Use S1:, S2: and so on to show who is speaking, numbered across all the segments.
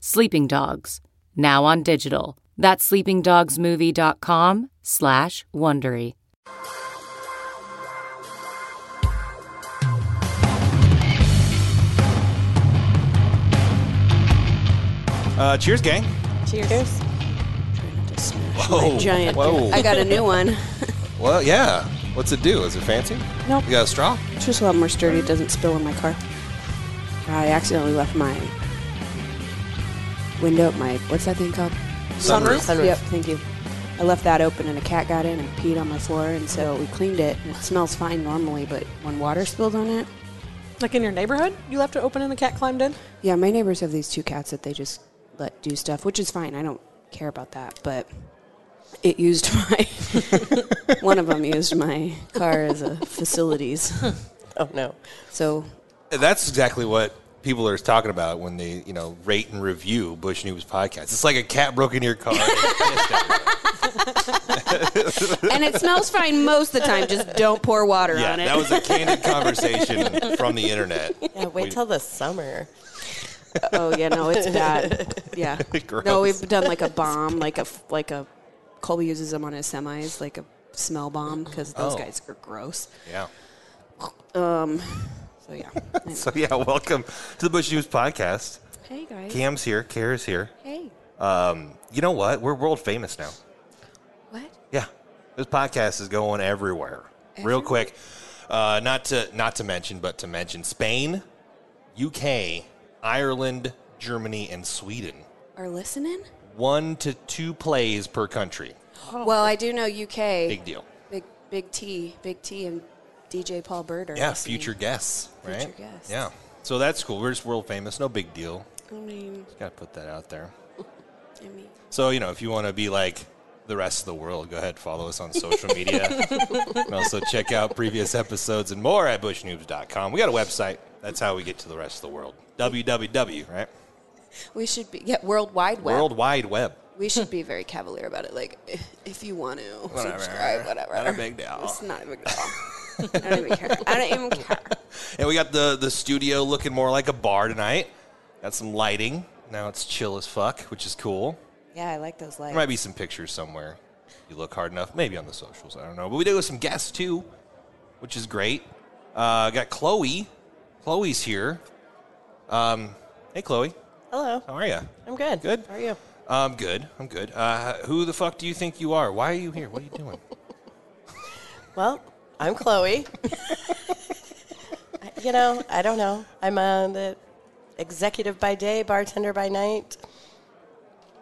S1: Sleeping Dogs, now on digital. That's sleepingdogsmovie.com slash Wondery.
S2: Uh, cheers, gang.
S3: Cheers.
S4: Trying not to smash
S2: Whoa.
S4: my giant.
S2: Whoa.
S4: I got a new one.
S2: Well, yeah. What's it do? Is it fancy?
S4: Nope.
S2: You got a straw?
S4: It's just a lot more sturdy. It doesn't spill in my car. I accidentally left my window. My what's that thing called?
S2: Sunroof?
S5: Sunroof.
S4: Yep. Thank you. I left that open, and a cat got in and peed on my floor, and so we cleaned it. And it smells fine normally, but when water spilled on it,
S3: Like in your neighborhood, you left it open and the cat climbed in.
S4: yeah. My neighbors have these two cats that they just let do stuff, which is fine. I don't care about that, but it used my one of them used my car as a facilities.
S5: Oh no.
S4: So
S2: That's exactly what people are talking about when they, you know, rate and review Bush News podcasts. It's like a cat broke into your car. and pissed everywhere.
S4: and it smells fine most of the time. Just don't pour water
S2: yeah,
S4: on it.
S2: that was a candid conversation from the internet.
S5: Yeah, wait till the summer.
S4: oh yeah, no, it's bad. Yeah,
S2: Gross.
S4: no, we've done like a bomb, like a f- like a Colby uses them on his semis, like a smell bomb because those
S2: Oh.
S4: guys are gross.
S2: Yeah.
S4: So yeah.
S2: So yeah, welcome to the Bush News podcast.
S4: hey guys.
S2: Cam's here, Kara's here.
S4: Hey.
S2: Um, you know what? We're world famous now.
S4: What?
S2: Yeah, this podcast is going everywhere. Real quick, uh, not to not to mention, but to mention Spain, UK, Ireland, Germany, and Sweden.
S4: Are listening?
S2: One to two plays per country.
S4: Well, I do know UK.
S2: Big deal.
S4: Big Big T, Big T, and DJ Paul Bird are
S2: Yeah,
S4: listening.
S2: future guests, right?
S4: guests.
S2: Yeah, so that's cool. We're just world famous. No big deal.
S4: I mean,
S2: Got to put that out there.
S4: I mean,
S2: So you know, if you want to be like the rest of the world, go ahead follow us on social media, and also check out previous episodes and more at bushnewbs.com. We got a website. That's how we get to the rest of the world. www. Right?
S4: we should be yeah, World Wide Web.
S2: World Wide Web.
S4: We should be very cavalier about it. Like, i- if you want to subscribe, whatever.
S2: Not a big deal.
S4: It's not a big deal. I don't even care. I don't even care.
S2: And we got the the studio looking more like a bar tonight. Got some lighting. Now it's chill as fuck, which is cool.
S4: Yeah, I like those lights.
S2: There might be some pictures somewhere. You look hard enough, maybe on the socials. I don't know, but we did with some guests too, which is great. Uh, got Chloe. Chloe's here. Um, hey, Chloe.
S5: Hello.
S2: How are you?
S5: I'm good.
S2: Good?
S5: How are you?
S2: I'm good. I'm good. Uh, who the fuck do you think you are? Why are you here? What are you doing?
S5: Well, I'm Chloe. I- you know, I don't know. I'm uh, the executive by day, bartender by night,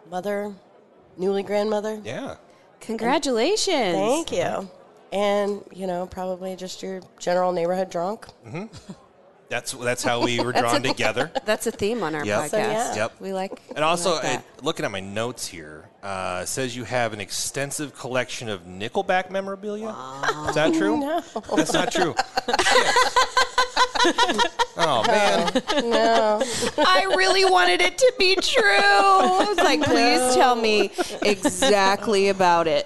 S5: mother, newly grandmother.
S2: yeah.
S4: Congratulations.
S5: Thank
S2: Uh-huh.
S5: you. And, you know, probably just your general neighborhood drunk.
S2: That's that's how we were drawn together.
S4: That's a theme on our
S2: Yep.
S4: podcast.
S2: So,
S5: yeah.
S2: Yep.
S4: We like.
S2: And also,
S4: we like that.
S2: uh, looking at my notes here, uh, it says you have an extensive collection of Nickelback memorabilia. Is that true?
S5: No.
S2: That's not true. oh man,
S5: No.
S4: I really wanted it to be true. I was like, please tell me exactly about it.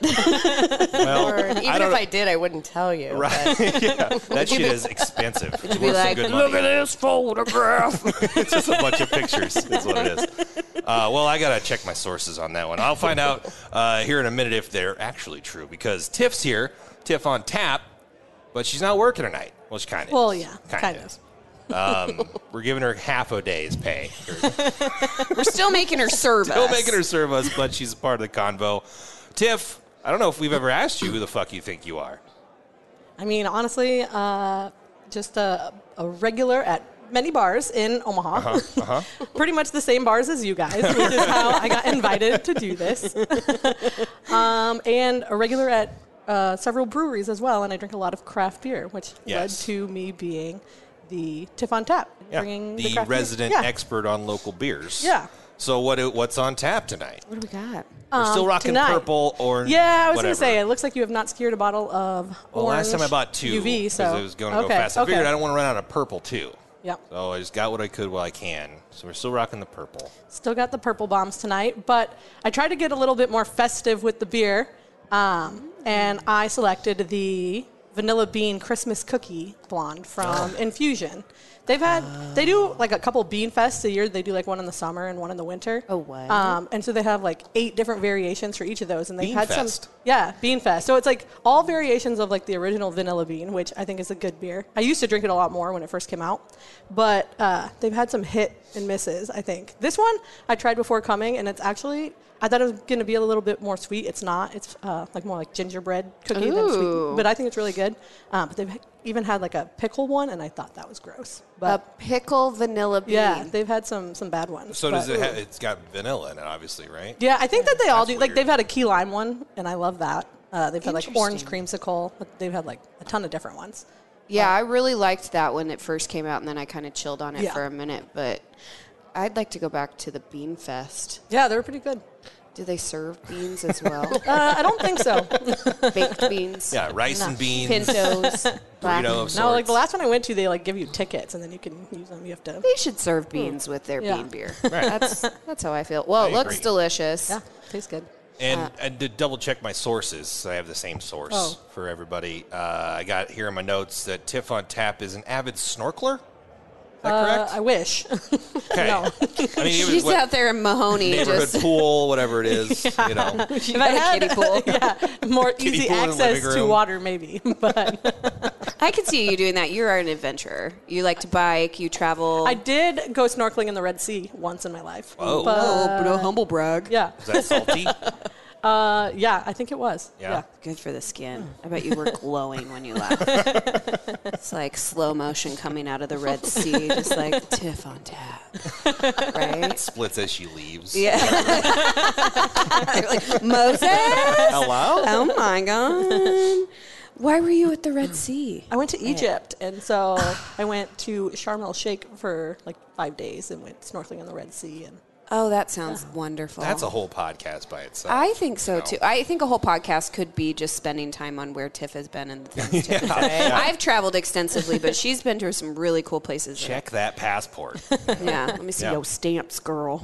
S2: well,
S5: Even
S2: I don't
S5: if I did, I wouldn't tell you.
S2: right? yeah, that shit is expensive. It's worth
S4: be
S2: some
S4: like,
S2: good
S4: "Look
S2: money. at this photograph. it's just a bunch of pictures. That's what it is. Uh, well, I gotta check my sources on that one. I'll find out uh, here in a minute if they're actually true because Tiff's here, Tiff on tap, but she's not working tonight. Well, she kind of.
S3: Well,
S2: is.
S3: yeah,
S2: kind
S3: kinda.
S2: of. Um, we're giving her half a day's pay.
S4: We're still making her serve
S2: Still
S4: us.
S2: making her serve us, but she's a part of the convo. Tiff, I don't know if we've ever asked you who the fuck you think you are.
S3: I mean, honestly, uh, just a, a regular at many bars in Omaha.
S2: Uh-huh,
S3: Pretty much the same bars as you guys, which is how I got invited to do this. um, and a regular at uh, several breweries as well, and I drink a lot of craft beer, which
S2: Yes.
S3: led to me being the Tiff on Tap,
S2: Yeah.
S3: bringing
S2: the
S3: craft beer-
S2: resident
S3: Yeah.
S2: expert on local beers.
S3: Yeah.
S2: So what? do- What's on tap tonight?
S4: What do we got?
S2: We're still
S3: Um,
S2: rocking
S3: tonight.
S2: purple or
S3: Yeah, I was
S2: whatever.
S3: gonna say. It looks like you have not secured a bottle of
S2: Well, last time I
S3: orange
S2: bought two
S3: UV, so
S2: it was going to
S3: okay,
S2: go fast. I
S3: okay.
S2: figured I don't want to run out of purple too.
S3: Yep.
S2: So I just got what I could while I can. So we're still rocking the purple.
S3: Still got the purple bombs tonight, but I tried to get a little bit more festive with the beer, um, and I selected the vanilla bean Christmas cookie blonde from
S2: Oh.
S3: Infusion. They've had they do like a couple bean fests a year. They do like one in the summer and one in the winter.
S4: Oh, what?
S3: Um, and so they have like eight different variations for each of those, and they've
S2: Bean
S3: had
S2: fest.
S3: some yeah bean fest. So it's like all variations of like the original vanilla bean, which I think is a good beer. I used to drink it a lot more when it first came out, but uh, they've had some hit and misses. I think this one I tried before coming, and it's actually I thought it was going to be a little bit more sweet. It's not. It's uh, like more like gingerbread cookie than
S4: Ooh.
S3: sweet, but I think it's really good. Um, but they've even had like a pickle one, and I thought that was gross.
S4: A
S3: But
S4: pickle vanilla bean.
S3: yeah, they've had some some bad ones.
S2: So does
S3: but-
S2: it? Ha- it's got vanilla in it, obviously, right?
S3: yeah, I think that they all do.
S2: That's
S3: Like
S2: weird.
S3: they've had a key lime one, and I love that. Uh, they've had like orange
S4: Interesting.
S3: creamsicle. But they've had like a ton of different ones.
S4: Yeah, I really liked that when it first came out, and then I kind of chilled on it
S3: Yeah.
S4: for a minute. But I'd like to go back to the bean fest.
S3: Yeah, they were pretty good.
S4: Do they serve beans as well?
S3: Uh, I don't think so.
S4: Baked beans,
S2: Yeah, Rice and beans.
S4: pintos, black.
S2: Burrito of
S3: no, like
S2: sorts.
S3: the last one I went to, they like give you tickets, and then you can use them. You have to.
S4: They should serve beans with their
S3: Yeah.
S4: bean beer.
S2: Right.
S4: That's that's how I feel. Well,
S2: I
S4: it looks
S2: agree.
S4: delicious.
S3: Yeah, tastes good.
S2: And,
S4: Uh.
S2: and to double check my sources, so I have the same source
S3: Oh.
S2: for everybody. Uh, I got here in my notes that Tiff on Tap is an avid snorkeler. Is that
S3: Uh,
S2: correct?
S3: I wish.
S2: okay.
S3: no.
S2: I mean, it was
S4: She's
S2: what,
S4: out there in Mahoney,
S2: neighborhood
S4: just
S2: pool, whatever it is. You know,
S3: if I had
S4: kiddie pool.
S3: yeah, more
S2: Kiddie
S3: easy
S2: pool in the living
S3: access to
S2: room.
S3: water, maybe. But
S4: I could see you doing that. You're an adventurer. You like to bike. You travel.
S3: I did go snorkeling in the Red Sea once in my life.
S2: Whoa.
S3: But,
S4: no Oh, humble brag.
S3: yeah,
S2: Oh, is that salty?
S3: uh, yeah, I think it was.
S2: Yeah.
S4: Good for the skin. I bet you were glowing when you left. it's like slow motion coming out of the Red Sea, just like tiff on tap, right?
S2: Splits as she leaves.
S4: Yeah. You're like, Moses.
S2: Hello.
S4: Oh my God. Why were you at the Red Sea?
S3: I went to Egypt, and so I went to Sharm el Sheikh for like five days and went snorkeling in the Red Sea. And
S4: Oh, that sounds wonderful.
S2: That's a whole podcast by itself.
S4: I think so
S2: No.
S4: too. I think a whole podcast could be just spending time on where Tiff has been and the things Tiff has
S2: Yeah.
S4: done.
S2: Yeah.
S4: I've traveled extensively, but she's been to some really cool places.
S2: Check that passport.
S4: Yeah. Let me see
S2: Yeah.
S4: your stamps, girl.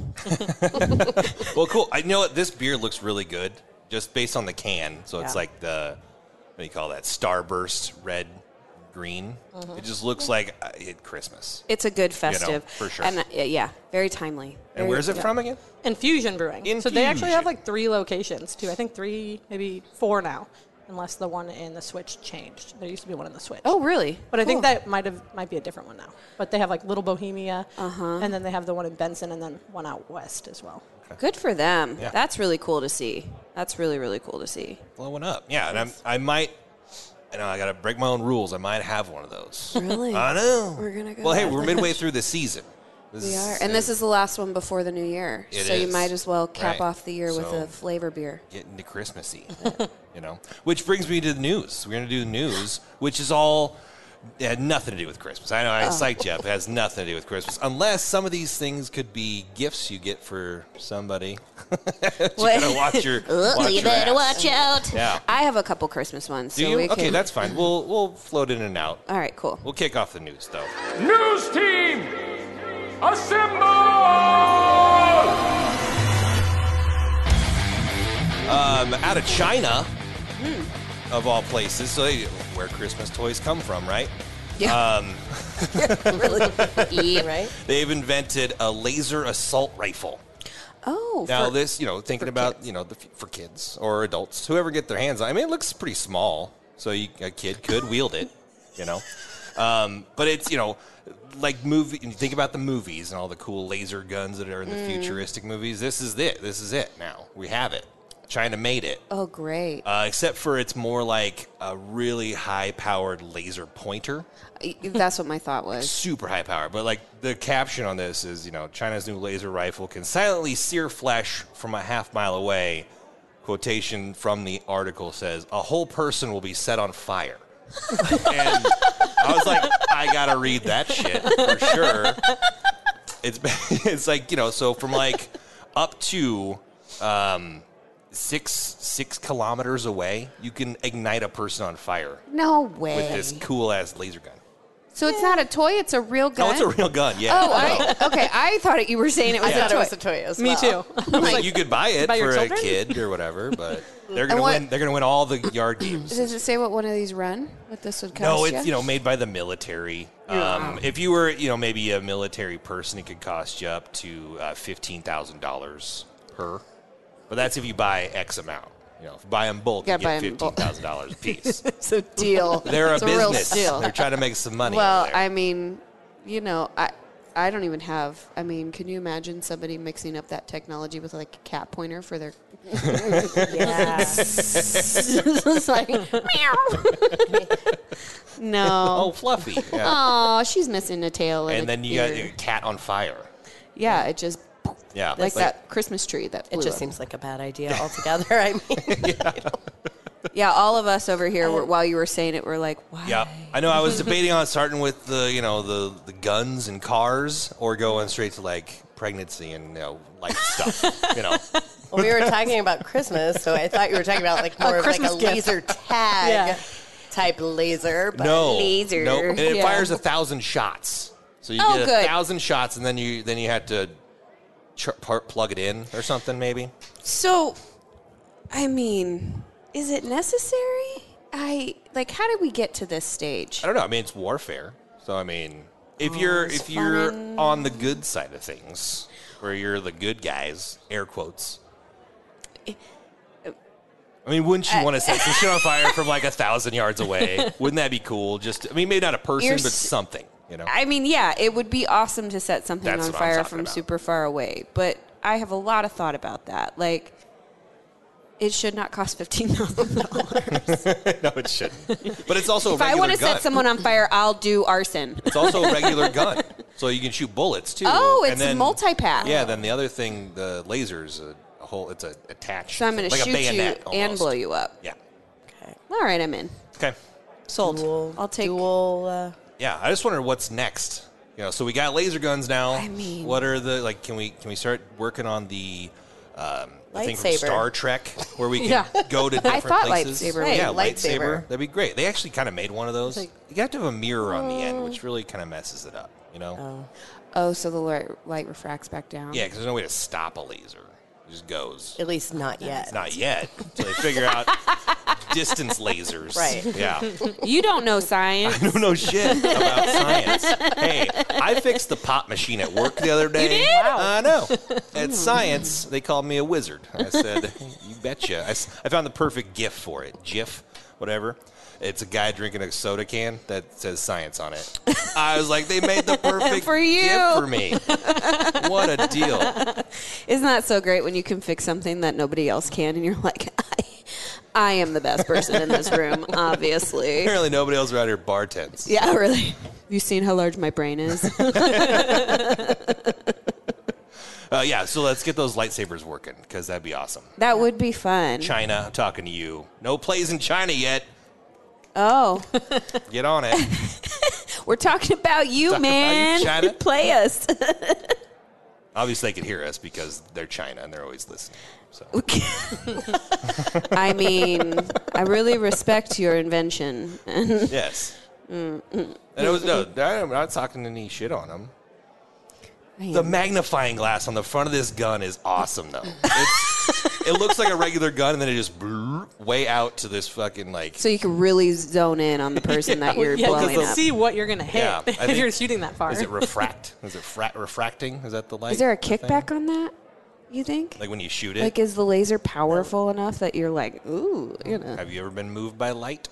S2: well, cool. I know what this beer looks really good just based on the can. So it's
S4: Yeah.
S2: like the what do you call that? Starburst red green.
S4: Mm-hmm.
S2: It just looks like uh, it Christmas.
S4: It's a good festive.
S2: for sure.
S4: And uh, yeah, very timely.
S2: And where's it from again?
S3: Infusion Brewing. So they actually
S2: Infusion.
S3: have like three locations too. I think three, maybe four now, unless the one in the Switch changed. There used to be one in the Switch.
S4: Oh, really?
S3: But I think
S4: Cool.
S3: that might have might be a different one now. But they have like Little Bohemia, and then they have the one in Benson, and then one out west as well.
S4: Good for them.
S2: Yeah.
S4: That's really cool to see. That's really, really cool to see.
S2: Blowing up. Yeah, and I'm, I might. I know I gotta break my own rules. I might have one of those.
S4: Really?
S2: I know.
S4: We're gonna go
S2: Well, hey,
S4: back.
S2: we're midway through the season. This
S4: We are. And this is the last one before the new year.
S2: It
S4: so you
S2: is.
S4: might as well cap
S2: Right.
S4: off the year with
S2: So-
S4: a flavor beer.
S2: getting to Christmassy, you know. Which brings me to the news. We're gonna do the news, which is all it had nothing to do with Christmas. I know
S4: Oh.
S2: I psyched you up. It has nothing to do with Christmas, unless some of these things could be gifts you get for somebody. you gotta watch your. watch your ass.
S4: out.
S2: Yeah.
S4: I have a couple Christmas ones.
S2: Do
S4: so
S2: you?
S4: we
S2: Okay,
S4: can- Uh.
S2: that's Um, fine. We'll we'll float in and out.
S4: All right, cool.
S2: We'll kick off the news though.
S6: News team, assemble!
S2: Um, out of China,
S4: Hmm.
S2: of all places. So they- where Christmas toys come from, right?
S4: Yeah.
S2: Um,
S4: really? yeah.
S5: right?
S2: they've invented a laser assault rifle.
S4: Oh,
S2: Now
S4: for-
S2: this, you know, thinking about you know the, f- for kids or adults, whoever get their hands on. I mean, it looks pretty small, so you, a kid could wield it, you know. Um, but it's you know, like movie. You think about the movies and all the cool laser guns that are in the
S4: Mm.
S2: futuristic movies. This is it. This is it. Now we have it. China made it,
S4: oh, great.
S2: uh, except for it's more like a really high-powered laser pointer
S4: Y- That's what my thought was.
S2: super high power. But like the caption on this is, you know, China's new laser rifle can silently sear flesh from a half mile away. Quotation from the article says, "A whole person will be set on fire." and I was like, I gotta read that shit for sure. It's it's like you know, so from like up to um, six six kilometers away, you can ignite a person on fire
S4: No way.
S2: with this cool ass laser gun.
S4: so it's not a toy, it's a real gun.
S2: No, it's a real gun. Yeah.
S4: Oh, I, okay. I thought it, you were saying it was
S5: I thought
S4: a toy.
S5: it was a toy as
S3: Me
S5: well.
S3: too.
S2: I mean, you could buy it
S3: buy your
S2: for a
S3: children?
S2: kid or whatever, but they're gonna
S4: what-
S2: win. They're gonna win all the yard games.
S4: Does it say what one of these run? What this would cost?
S2: No, it's
S4: ya?
S2: you know made by the military. Um, if you were you know maybe a military person, it could cost you up to uh, fifteen thousand dollars per. But that's if you buy X amount. You know, if you buy them bulk,
S4: Yeah,
S2: you get
S4: buy 'em
S2: fifteen
S4: bulk.
S2: thousand dollars a piece.
S4: it's a deal.
S2: They're a
S4: it's real
S2: business.
S4: deal.
S2: They're trying to make some money.
S4: Well,
S2: over there.
S4: I mean, you know, I I don't even have. I mean, can you imagine somebody mixing up that technology with like a cat pointer for their? it's like meow.
S2: oh,
S4: no.
S2: fluffy. Yeah.
S4: Oh, she's missing a tail. And,
S2: and
S4: a
S2: then you got
S4: ear.
S2: a cat on fire.
S4: yeah, it just
S2: Yeah,
S4: like that Christmas tree that
S5: It
S4: blew
S5: just
S4: up.
S5: seems like a bad idea altogether. I mean,
S7: Yeah, all of us over here, were, while you were saying it, were like, why?
S2: Yeah, I know. I was debating on starting with the you know the the guns and cars, or going straight to like pregnancy and you know life stuff. You know,
S5: we were talking about Christmas, so I thought you were talking about like more of like
S3: Christmas
S5: a
S3: gift.
S5: laser tag
S3: Yeah.
S5: type laser. But
S2: no,
S7: Laser.
S2: no, and it
S4: Yeah.
S2: fires a thousand shots. So you
S4: Oh,
S2: get a
S4: good.
S2: thousand shots, and then you then you had to ch- par- plug it in or something, maybe.
S7: So, I mean, is it necessary?
S4: I like. How did we get to this stage?
S2: I don't know. I mean, it's warfare. So I mean, if you're
S7: Mm,
S2: if you're on the good side of things, where you're the good guys, air quotes. I mean, wouldn't
S7: Uh,
S2: you want to set some shit on fire from like a thousand yards away? Wouldn't that be cool? Just, I mean, maybe not a person,
S7: You're
S2: but
S7: s-
S2: something. You know,
S7: I mean, yeah, it would be awesome to set something
S2: That's
S7: on
S2: what I'm
S7: fire
S2: talking
S7: from
S2: about.
S7: super far away, but I have a lot of thought about that. Like, it should not cost fifteen thousand dollars.
S2: no, it shouldn't. But it's also
S7: if
S2: a
S7: I
S2: regular
S7: want to
S2: gun.
S7: set someone on fire, I'll do arson.
S2: It's also a regular gun, so you can shoot bullets too.
S7: Oh,
S2: and
S7: it's
S2: then-
S7: multi-pack.
S2: Yeah. Then the other thing, the lasers, a, a whole. It's a attached.
S7: So I'm going
S2: like
S7: to
S2: a
S7: shoot you
S2: bayonet
S7: and
S2: almost.
S7: blow you up.
S2: Yeah.
S7: All right, I'm in.
S2: Okay.
S7: Sold.
S5: dual,
S7: I'll take.
S5: dual. Uh,
S2: yeah, I just wonder what's next. You know, so we got laser guns now. I
S7: mean-
S2: what are the like? Can we can we start working on the um, the thing from
S5: Lightsaber.
S2: Star Trek where we can
S4: Yeah.
S2: go to different
S4: thought
S2: places?
S4: lightsaber
S5: Right,
S2: yeah,
S5: lightsaber.
S2: That'd be great. They actually kind of made one of those. you have to have a mirror on the end, which really kind of messes it up. You know?
S4: Oh, so the light, light refracts back down.
S2: Yeah, because there's no way to stop a laser. It just goes.
S5: at least not yet.
S2: Not yet. Until they figure out distance lasers.
S5: Right.
S2: Yeah.
S7: You don't know science.
S2: don't know shit about science. Hey, I fixed the pop machine at work the other day. You did? I know. At science, they called me a wizard. I said, "You betcha." I, s- I found the perfect GIF for it. GIF, whatever. It's a guy drinking a soda can that says science on it. I was like, they made the perfect
S7: For you.
S2: GIF for me. What a deal!
S7: Isn't that so great when you can fix something that nobody else can, and you're like, I, I am the best person in this room, obviously.
S2: Apparently, nobody else around here bartends.
S7: Yeah, really. Have you seen how large my brain is?
S2: Uh, yeah. So let's get those lightsabers working because that'd be awesome.
S7: That would be fun.
S2: China, I'm talking to you. No plays in China yet.
S7: Oh,
S2: Get on it.
S7: we're talking about you,
S2: Talking about you,
S7: man.
S2: China.
S7: Play us.
S2: Obviously, they could hear us because they're China and they're always listening. So
S7: I mean, I really respect your invention.
S2: yes, and it was no. I'm not talking any shit on them. The magnifying glass on the front of this gun is awesome, though. It's, it looks like a regular gun, and then it just brrr, way out to this fucking like.
S7: So you can really zone in on the person that you're
S3: Yeah,
S7: blowing
S3: you
S7: up.
S3: can see what you're going to hit
S2: Yeah, I
S3: if
S2: think-
S3: you're shooting that far.
S2: Is it refract? Is it fra- refracting? Is that the light?
S4: Is there a
S2: thing?
S4: kickback on that? You think?
S2: Like when you shoot it?
S4: Like, is the laser powerful enough that you're like, ooh, you know,
S2: have you ever been moved by light?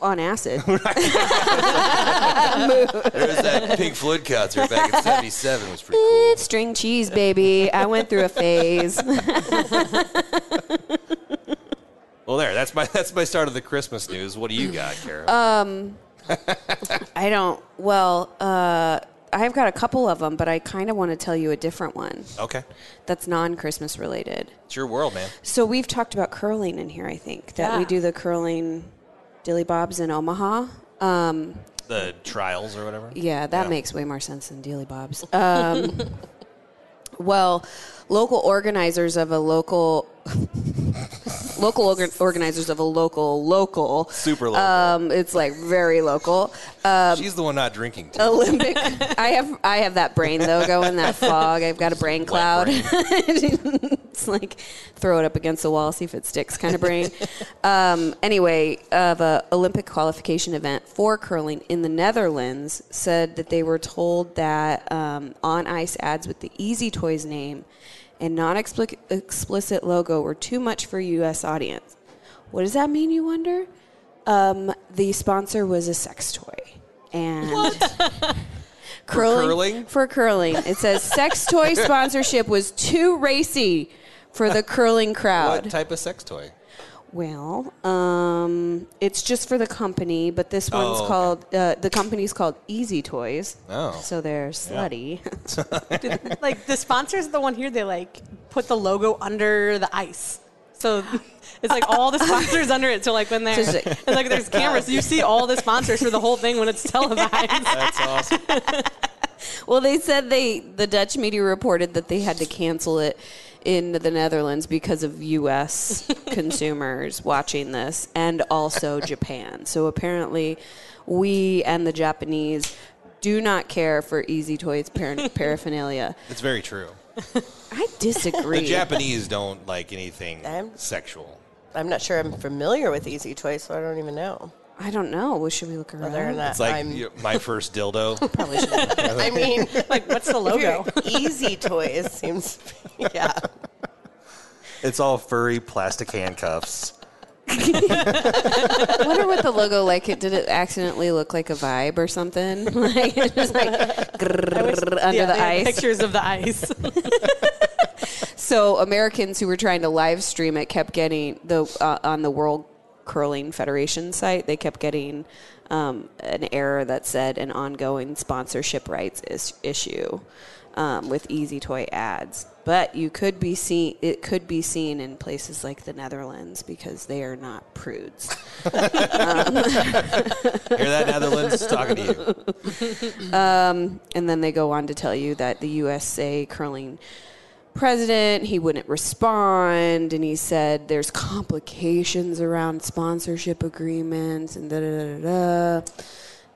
S4: on acid?
S2: There was that Pink Floyd concert back in '77. Was pretty cool.
S4: it's string cheese, baby. I went through a phase.
S2: Well, there. That's my that's my start of the Christmas news. What do you got, Kara?
S7: I don't. Well, uh, I've got a couple of them, but I kind of want to tell you a different one
S2: okay,
S7: that's non-Christmas related.
S2: it's your world, man.
S7: So we've talked about curling in here. I think that we do the curling dilly bobs in Omaha. Um,
S2: the trials or whatever.
S7: yeah, that makes way more sense than dilly bobs. Um,
S8: Well,
S4: local organizers of a local local organ- organizers of a local local
S2: Super local.
S5: Uh,
S4: um, it's like very local uh,
S2: She's the one not drinking. Too.
S4: olympic i have i have that brain though going that fog i've got a brain cloud
S2: brain.
S4: it's like throw it up against the wall see if it sticks kind of brain um, anyway of a olympic qualification event for curling in the netherlands said that they were told that um, on ice ads with the easy toys name and non explicit logo were too much for U.S. audience. What does that mean, you wonder? Um, the sponsor was a sex toy. And curling,
S2: curling?
S4: For curling. It says sex toy sponsorship was too racy for the curling crowd.
S2: What type of sex toy?
S4: Well, um, it's just for the company, but this one's
S2: Oh, okay.
S4: called, uh, the company's called Easy Toys.
S2: Oh.
S4: So they're slutty.
S3: Did- like the sponsors, the one here, they like put the logo under the ice. So it's like all the sponsors under it. So like when they're
S4: Just like-
S3: it's like there's cameras, you see all the sponsors for the whole thing when it's televised.
S2: That's awesome.
S4: Well, they said they the Dutch media reported that they had to cancel it in the Netherlands because of U.S. consumers watching this, and also Japan. So apparently, we and the Japanese do not care for Easy Toys par- paraphernalia.
S2: It's very true.
S4: I disagree.
S2: The Japanese don't like anything
S5: I'm-
S2: sexual.
S5: I'm not sure I'm familiar with Easy Toys, so I don't even know
S4: I don't know. Well, should we look around?
S5: whether or not
S2: It's like
S5: I'm.
S2: you- my first dildo.
S4: Probably should.
S5: I mean,
S3: like what's the logo?
S5: Easy Toys seems. Yeah.
S2: It's all furry plastic handcuffs.
S4: I wonder what the logo like. It did it accidentally look like a vibe or something? Like it was like grrrr under
S3: Yeah, they
S4: the
S3: have
S4: ice.
S3: Pictures of the ice.
S4: So Americans who were trying to live stream it kept getting the uh, on the World Curling Federation site. They kept getting um, an error that said an ongoing sponsorship rights is- issue um, with Easy Toy ads. But you could be seen. It could be seen in places like the Netherlands because they are not prudes.
S2: Hear that, Netherlands? Talking to you.
S4: and then they go on to tell you that the USA curling president he wouldn't respond and he said there's complications around sponsorship agreements and da da da da. da.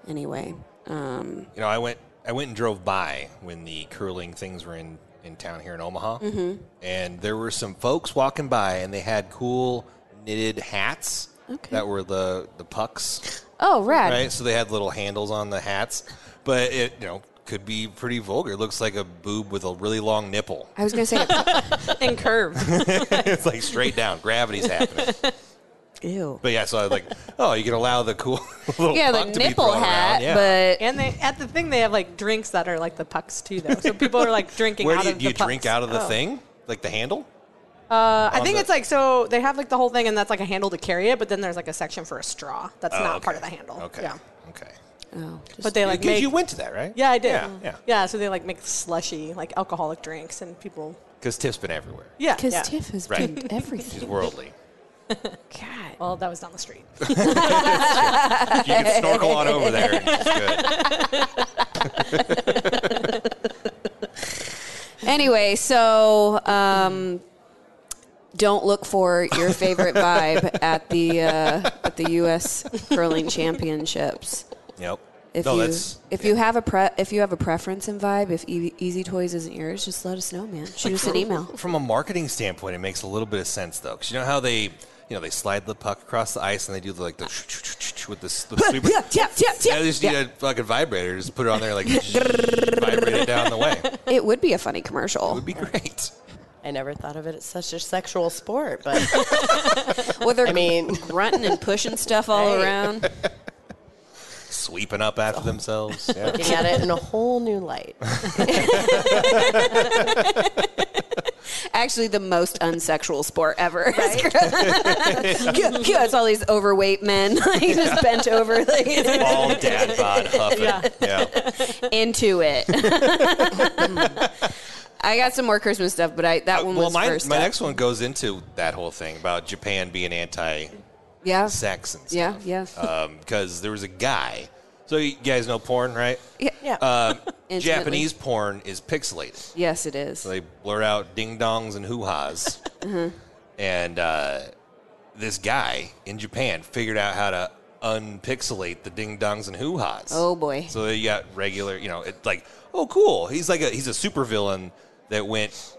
S4: Anyway, um,
S2: You know, I went I went and drove by when the curling things were in in town here in Omaha,
S5: Mm-hmm.
S2: and there were some folks walking by, and they had cool knitted hats that were the the pucks,
S4: oh rad.
S2: right? So they had little handles on the hats, but it you know could be pretty vulgar. It looks like a boob with a really long nipple.
S4: I was gonna say,
S3: and curved.
S2: it's like straight down, gravity's happening.
S4: ew.
S2: But yeah, so I was like, oh, you can allow the cool little
S4: Yeah,
S2: puck to
S4: the
S2: be
S4: nipple
S2: thrown around.
S4: hat,
S2: Yeah.
S4: but
S3: And they at the thing they have like drinks that are like the pucks too though. So people are like drinking
S2: where
S3: out
S2: do you,
S3: of
S2: do you
S3: the pucks. Oh.
S2: drink out of
S4: Oh.
S2: the thing, like the handle?
S3: Uh, I
S2: on
S3: think
S2: the-
S3: it's like so they have like the whole thing and that's like a handle to carry it, but then there's like a section for a straw that's
S2: Oh,
S3: not
S2: okay.
S3: part of the handle.
S2: Okay.
S3: Yeah.
S2: Okay.
S4: oh, just-
S3: But they like
S2: Because
S3: make
S2: you went to that, right?
S3: Yeah, I did.
S2: Yeah. Yeah.
S3: so they like make slushy, like alcoholic drinks, and people.
S2: Because Tiff's been everywhere.
S3: Yeah.
S4: because
S3: yeah.
S4: Tiff has
S2: Right.
S4: been
S2: She's
S4: everything.
S2: worldly.
S4: God,
S3: Well, that was down the street.
S2: You can snorkel on over there. and it's good.
S4: Anyway, so um, don't look for your favorite vibe at the uh, at the U.S. curling championships.
S2: Yep.
S4: If
S2: no,
S4: you
S2: that's
S4: if you have a pre- if you have a preference in vibe, if e- Easy Toys isn't yours, just let us know, man. Shoot us an email.
S2: from a marketing standpoint, it makes a little bit of sense though, because you know how they, you know, they slide the puck across the ice and they do the, like the with the, s- the sweeper.
S4: Yeah, tap, tap,
S2: Yeah,
S4: tap.
S2: they just need
S4: Yeah.
S2: a fucking vibrator. Just put it on there, like vibrate it down the way. It
S4: It would be a funny commercial.
S2: would be great.
S5: I never thought of it as such a sexual sport, but
S4: Well, they're
S5: I mean,
S4: grunting and pushing stuff all
S5: Right.
S4: around.
S2: Sweeping up after themselves. Yeah.
S5: looking at it in a whole new light.
S4: Actually, the most unsexual sport ever. yeah, yeah, it's all these overweight men like, just bent over. Like,
S2: All dad bod huffing. Yeah.
S4: into it. I got some more Christmas stuff, but I that one
S2: Uh, well,
S4: was
S2: my,
S4: first.
S2: my
S4: up.
S2: next one goes into that whole thing about Japan being anti
S4: yeah,
S2: sex and
S4: yeah,
S2: stuff. Uh, Um,
S4: yeah.
S2: Because there was a guy So you guys know porn, right?
S4: Yeah.
S5: Yeah.
S2: Um,
S4: Intimately.
S2: Japanese porn is pixelated.
S4: Yes, it is.
S2: They blur out ding dongs and hoo ha's.
S4: Uh-huh.
S2: And uh, this guy in Japan figured out how to unpixelate the ding dongs and hoo ha's.
S4: Oh, boy.
S2: So they got regular, you know, it, like, oh cool. He's like a he's a supervillain that went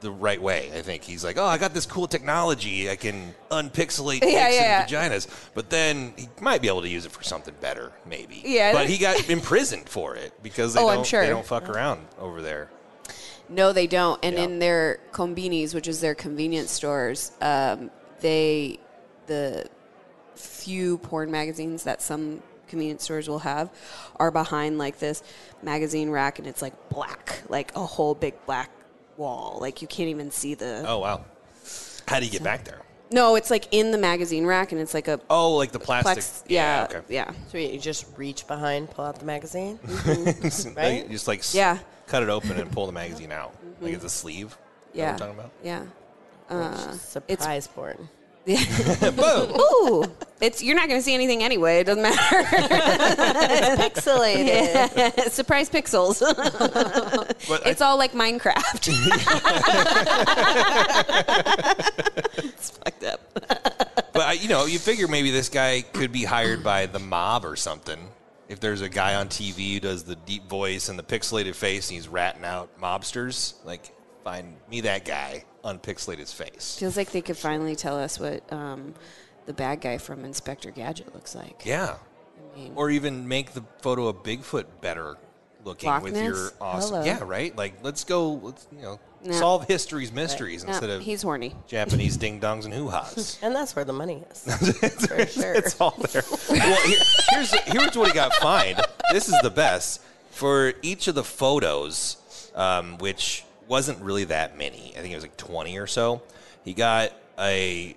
S2: the right way. I think he's like, oh, I got this cool technology. I can unpixelate dicks
S4: Yeah,
S2: and vaginas. But then he might be able to use it for something better, maybe.
S4: Yeah, I
S2: But
S4: don't-
S2: he got imprisoned for it because they
S4: Oh, I'm
S2: don't
S4: sure.
S2: they don't fuck around over there.
S4: No, they don't. And
S2: Yeah.
S4: in their combinis, which is their convenience stores, um, they the few porn magazines that some convenience stores will have are behind like this magazine rack, and it's like black, like a whole big black wall. Like you can't even see the.
S2: Oh wow. How do you get back there?
S4: No, it's like in the magazine rack, and it's like a.
S2: Oh, like the plastic.
S4: plex- yeah,
S2: okay.
S4: yeah.
S5: So you just reach behind, pull out the magazine.
S2: Like, just like s-
S4: Yeah. Mm-hmm.
S2: cut it open and pull the magazine out. Like it's a sleeve.
S4: Yeah.
S2: That what I'm talking
S4: Yeah.
S5: Surprise porn.
S2: about. Boom.
S4: Ooh, it's you're not going to see anything anyway. It doesn't matter.
S5: Pixelated.
S4: Surprise pixels.
S2: But I
S4: it's all like Minecraft. it's fucked up.
S2: But I- you know, you figure maybe this guy could be hired by the mob or something. If there's a guy on TV who does the deep voice and the pixelated face, and he's ratting out mobsters, like find me that guy, unpixelate his face.
S4: Feels like they could finally tell us what um, the bad guy from Inspector Gadget looks like.
S2: Yeah,
S4: mean-
S2: or even make the photo of Bigfoot better looking
S4: Loch
S2: with
S4: Ness?
S2: your awesome.
S4: Hello.
S2: Yeah, right. Like let's go. Let's you know
S4: No.
S2: solve history's mysteries
S4: No,
S2: instead of
S4: he's horny.
S2: Japanese ding dongs and hoo ha's.
S5: And that's where the money is. for sure.
S2: It's all there. Well, here, here's here's what he got fined. This is the best for each of the photos, um, which wasn't really that many. I think it was like twenty or so. He got a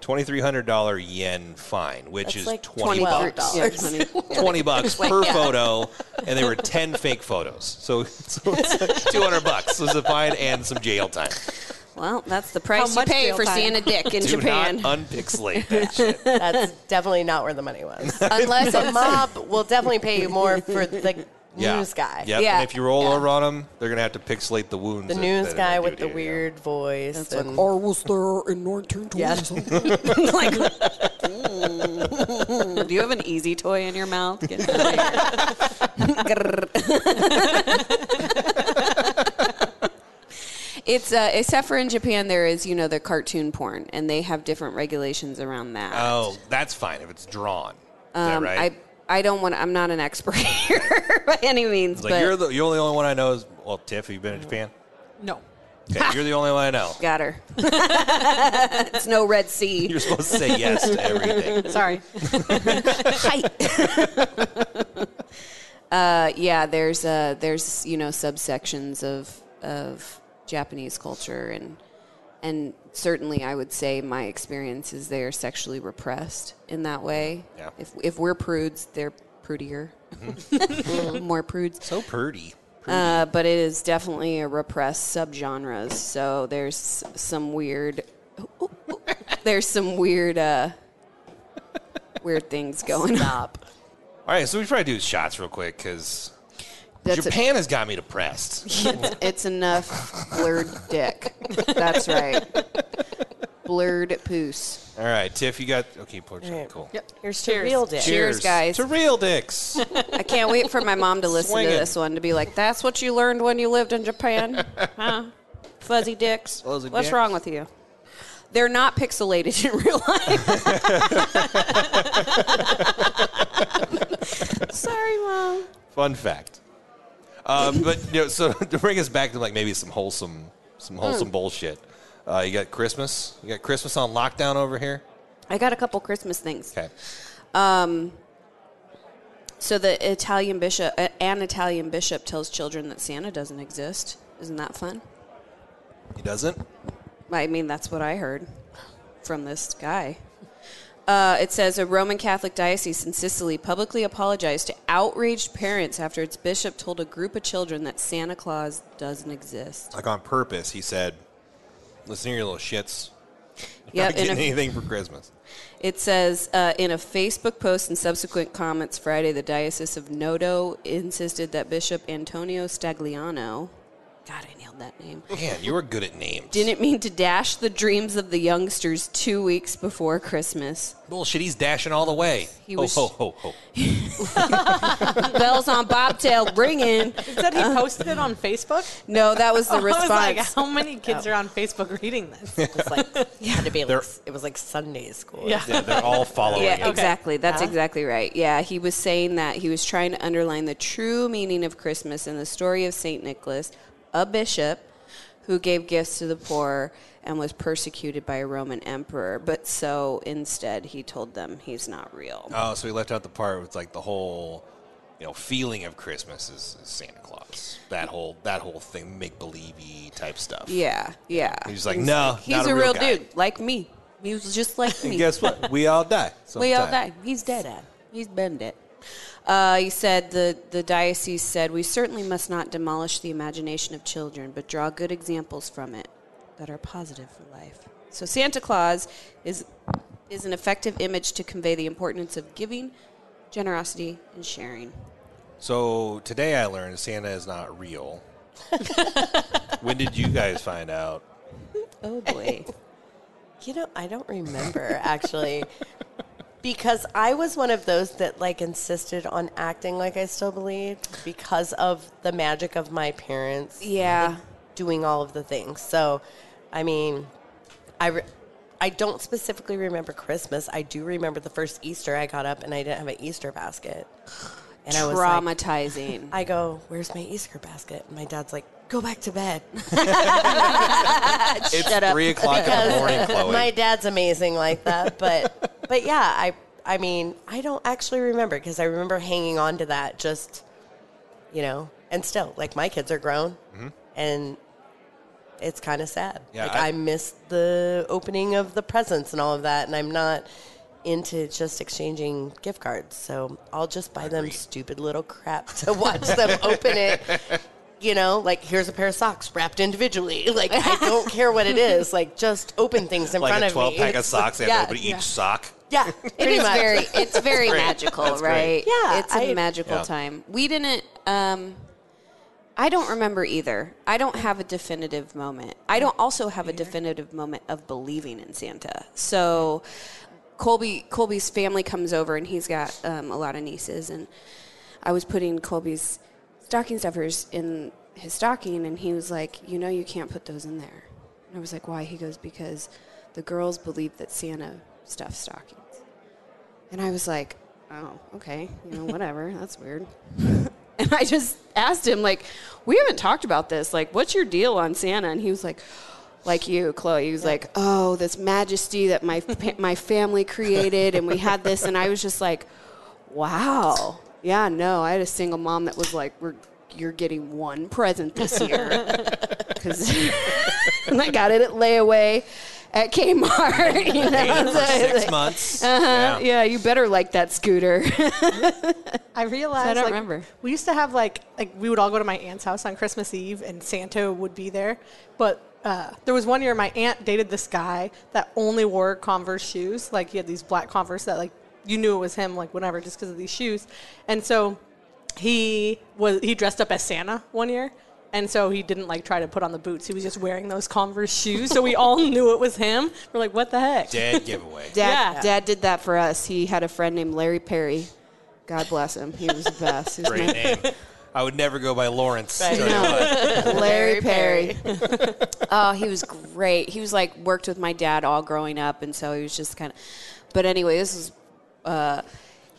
S2: twenty three hundred dollar yen fine, which is
S5: like
S2: twenty
S5: $12.
S2: bucks.
S4: Yeah, honey.
S2: Twenty bucks per photo, and there were ten fake photos. So, so it's like two hundred bucks was a fine and some jail time.
S4: well, that's the
S3: How
S4: price you
S3: much
S4: pay
S3: jail
S4: for
S3: time?
S4: seeing a dick in
S2: Do
S4: Japan.
S2: not unpixelate that shit.
S5: That's definitely not where the money was.
S4: Unless
S5: the
S4: it's
S5: mob will definitely pay you more for the news guy.
S2: Yep.
S4: Yeah.
S2: And if you roll
S4: Yeah.
S2: over on them, they're gonna have to pixelate the wounds.
S5: The
S2: that-
S5: news
S2: that
S5: guy
S2: they
S5: with
S2: do
S5: the
S2: to you.
S5: weird voice. And
S9: Or was there in 1920
S5: Yeah.
S4: like, mm, do you have an easy toy in your mouth? Get it out of here. it's uh, except for in Japan, there is you know the cartoon porn, and they have different regulations around that.
S2: Oh, that's fine if it's drawn.
S4: Um,
S2: is that right?
S4: I I don't want. I'm not an expert here by any means,
S2: it's like
S4: but
S2: you're the you're the only one I know. Is, well, Tiff, have you been in Japan?
S3: No.
S2: Okay, you're the only one I know.
S4: got her. it's no Red Sea.
S2: You're supposed to say yes to everything.
S3: Sorry.
S4: Uh, yeah, there's uh, there's you know subsections of of Japanese culture and and certainly I would say my experience is they are sexually repressed in that way.
S2: Yeah.
S4: If if we're prudes, they're prudier, more prudes.
S2: So purdy.
S4: Uh, but it is definitely a repressed subgenres. So there's some weird, there's some weird uh, weird things going
S5: stop.
S2: All right, so we should probably do shots real quick because
S4: That's a-
S2: Japan has got me depressed.
S4: It's, it's enough blurred dick. That's right. Blurred poos.
S2: All right, Tiff, you got okay. Poor shot,
S5: Right.
S2: Cool.
S5: Here's to real dick.
S4: Cheers, guys.
S2: To real dicks.
S4: I can't wait for my mom to listen to
S2: Swinging.
S4: this one to be like, "That's what you learned when you lived in Japan, huh? Fuzzy dicks.
S2: Fuzzy
S4: What's
S2: dicks.
S4: wrong with you? They're not pixelated in real life." Sorry, mom.
S2: Fun fact. Um, but you know, so to bring us back to like maybe some wholesome, some
S4: Hmm.
S2: wholesome bullshit. Uh, you got Christmas. You got Christmas on lockdown over here.
S4: I got a couple Christmas things.
S2: Okay.
S4: So the Italian bishop, uh, an Italian bishop, tells children that Santa doesn't exist. Isn't that fun?
S2: He doesn't.
S4: I mean, that's what I heard from this guy. Uh, it says a Roman Catholic diocese in Sicily publicly apologized to outraged parents after its bishop told a group of children that Santa Claus doesn't exist.
S2: Like on purpose, he said, "Listen here, you little shits.
S4: Yep,
S2: Getting
S4: in a-
S2: anything for Christmas.
S4: It says uh, in a Facebook post and subsequent comments Friday, the Diocese of Noto insisted that Bishop Antonio Stagliano, God, I nailed that name,
S2: Man, you were good at names.
S4: didn't mean to dash the dreams of the youngsters two weeks before Christmas.
S2: Bullshit, he's dashing all the way.
S4: He
S2: ho,
S4: was-
S2: ho, ho, ho.
S4: Bells on bobtail ringing.
S3: Said he posted it on Facebook.
S4: No, that was the response.
S3: I was like, how many kids are on Facebook reading this?
S5: It's like had to be
S2: They're-
S5: like, s- it was like Sunday school.
S3: Yeah.
S2: Yeah, they're all following
S4: Yeah,
S2: him.
S4: exactly. That's exactly right. Yeah, he was saying that he was trying to underline the true meaning of Christmas in the story of St. Nicholas, a bishop who gave gifts to the poor and was persecuted by a Roman emperor. But so instead, he told them he's not real.
S2: Oh, so we left out the part with like the whole, you know, feeling of Christmas is, is Santa Claus. That whole that whole thing, make believey type stuff.
S4: yeah, yeah.
S2: He's like, "No,
S4: he's
S2: not a
S4: a
S2: real
S4: real,
S2: guy."
S4: dude, like me. He was just like me.
S2: And guess what? We all die.
S4: We all
S2: sometime.
S4: died. He's dead. He's been dead. Uh, he said the, the diocese said we certainly must not demolish the imagination of children, but draw good examples from it that are positive for life. So Santa Claus is is an effective image to convey the importance of giving, generosity, and sharing.
S2: So today I learned Santa is not real. when did you guys find out?
S4: Oh boy!
S5: You know, I don't remember actually. Because I was one of those that like insisted on acting like I still believed because of the magic of my parents
S4: yeah,
S5: doing all of the things. So, I mean, I re- I don't specifically remember Christmas. I do remember the first Easter I got up and I didn't have an Easter basket. And I was like,
S4: traumatizing.
S5: I go, "Where's my Easter basket?" And my dad's like, "Go back to bed."
S2: It's three o'clock in the morning, Chloe.
S5: my dad's amazing like that, but but yeah, I I mean, I don't actually remember because I remember hanging on to that just you know, and still like my kids are grown and it's kind of sad.
S2: Mm-hmm. Yeah,
S5: like
S2: I-
S5: I, miss the opening of the presents and all of that and I'm not into just exchanging gift cards. So I'll just buy them stupid little crap to watch them open it you know, like here's a pair of socks wrapped individually. Like I don't care what it is. Like just open things in
S2: like
S5: front
S2: a
S5: of me.
S2: twelve pack of
S5: It's-
S2: socks. They
S5: yeah,
S2: have to open each sock.
S5: yeah,
S4: It
S5: pretty
S4: is
S5: much.
S4: very, it's very
S2: great.
S4: magical,
S2: That's
S4: right?
S2: great.
S5: Yeah,
S4: it's a
S5: I-
S4: magical
S2: Yeah.
S4: time. We didn't. Um, I don't remember either. I don't have a definitive moment. I don't also have a definitive moment of believing in Santa. So, Colby, Colby's family comes over, and he's got um, a lot of nieces, and I was putting Colby's stocking stuffers in his stocking, and he was like, "You know, you can't put those in there." And I was like, "Why?" He goes, "Because the girls believe that Santa stuffs stockings." And I was like, oh, okay, you know, whatever, that's weird. and I just asked him, like, we haven't talked about this. Like, what's your deal on Santa? And he was like, like you, Chloe. He was like, oh, this majesty that my pa- my family created, and we had this. And I was just like, wow, yeah, no, I had a single mom that was like, we're you're getting one present this year because and I got it at layaway at Kmart. You know,
S2: For
S4: So I was
S2: six
S4: like,
S2: months.
S4: uh-huh. Yeah.
S2: Yeah.
S4: you better like that scooter.
S3: I realized.
S4: don't
S3: like,
S4: remember.
S3: We used to have like like we would all go to my aunt's house on Christmas Eve, and Santa would be there. But uh, there was one year my aunt dated this guy that only wore Converse shoes. Like he had these black Converse that like you knew it was him. Like whatever, just because of these shoes. And so he was he dressed up as Santa one year. And so he didn't like try to put on the boots. He was just wearing those Converse shoes. So we all knew it was him. We're like, what the heck?
S2: Dead giveaway.
S4: Dad,
S3: Yeah.
S4: Dad did that for us. He had a friend named Larry Perry. God bless him. He was the best. He was
S2: Great
S4: my-
S2: name. I would never go by Lawrence.
S5: Right.
S2: tell you what.
S4: Larry Perry. oh, he was great. He was like worked with my dad all growing up, and so he was just kind of. But anyway, this was. Uh,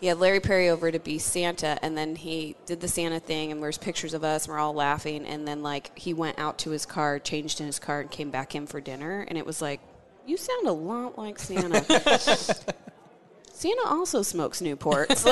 S4: he had Larry Perry over to be Santa, and then he did the Santa thing, and there's pictures of us, and we're all laughing. And then like he went out to his car, changed in his car, and came back in for dinner, and it was like. You sound a lot like Santa. Santa also smokes Newports.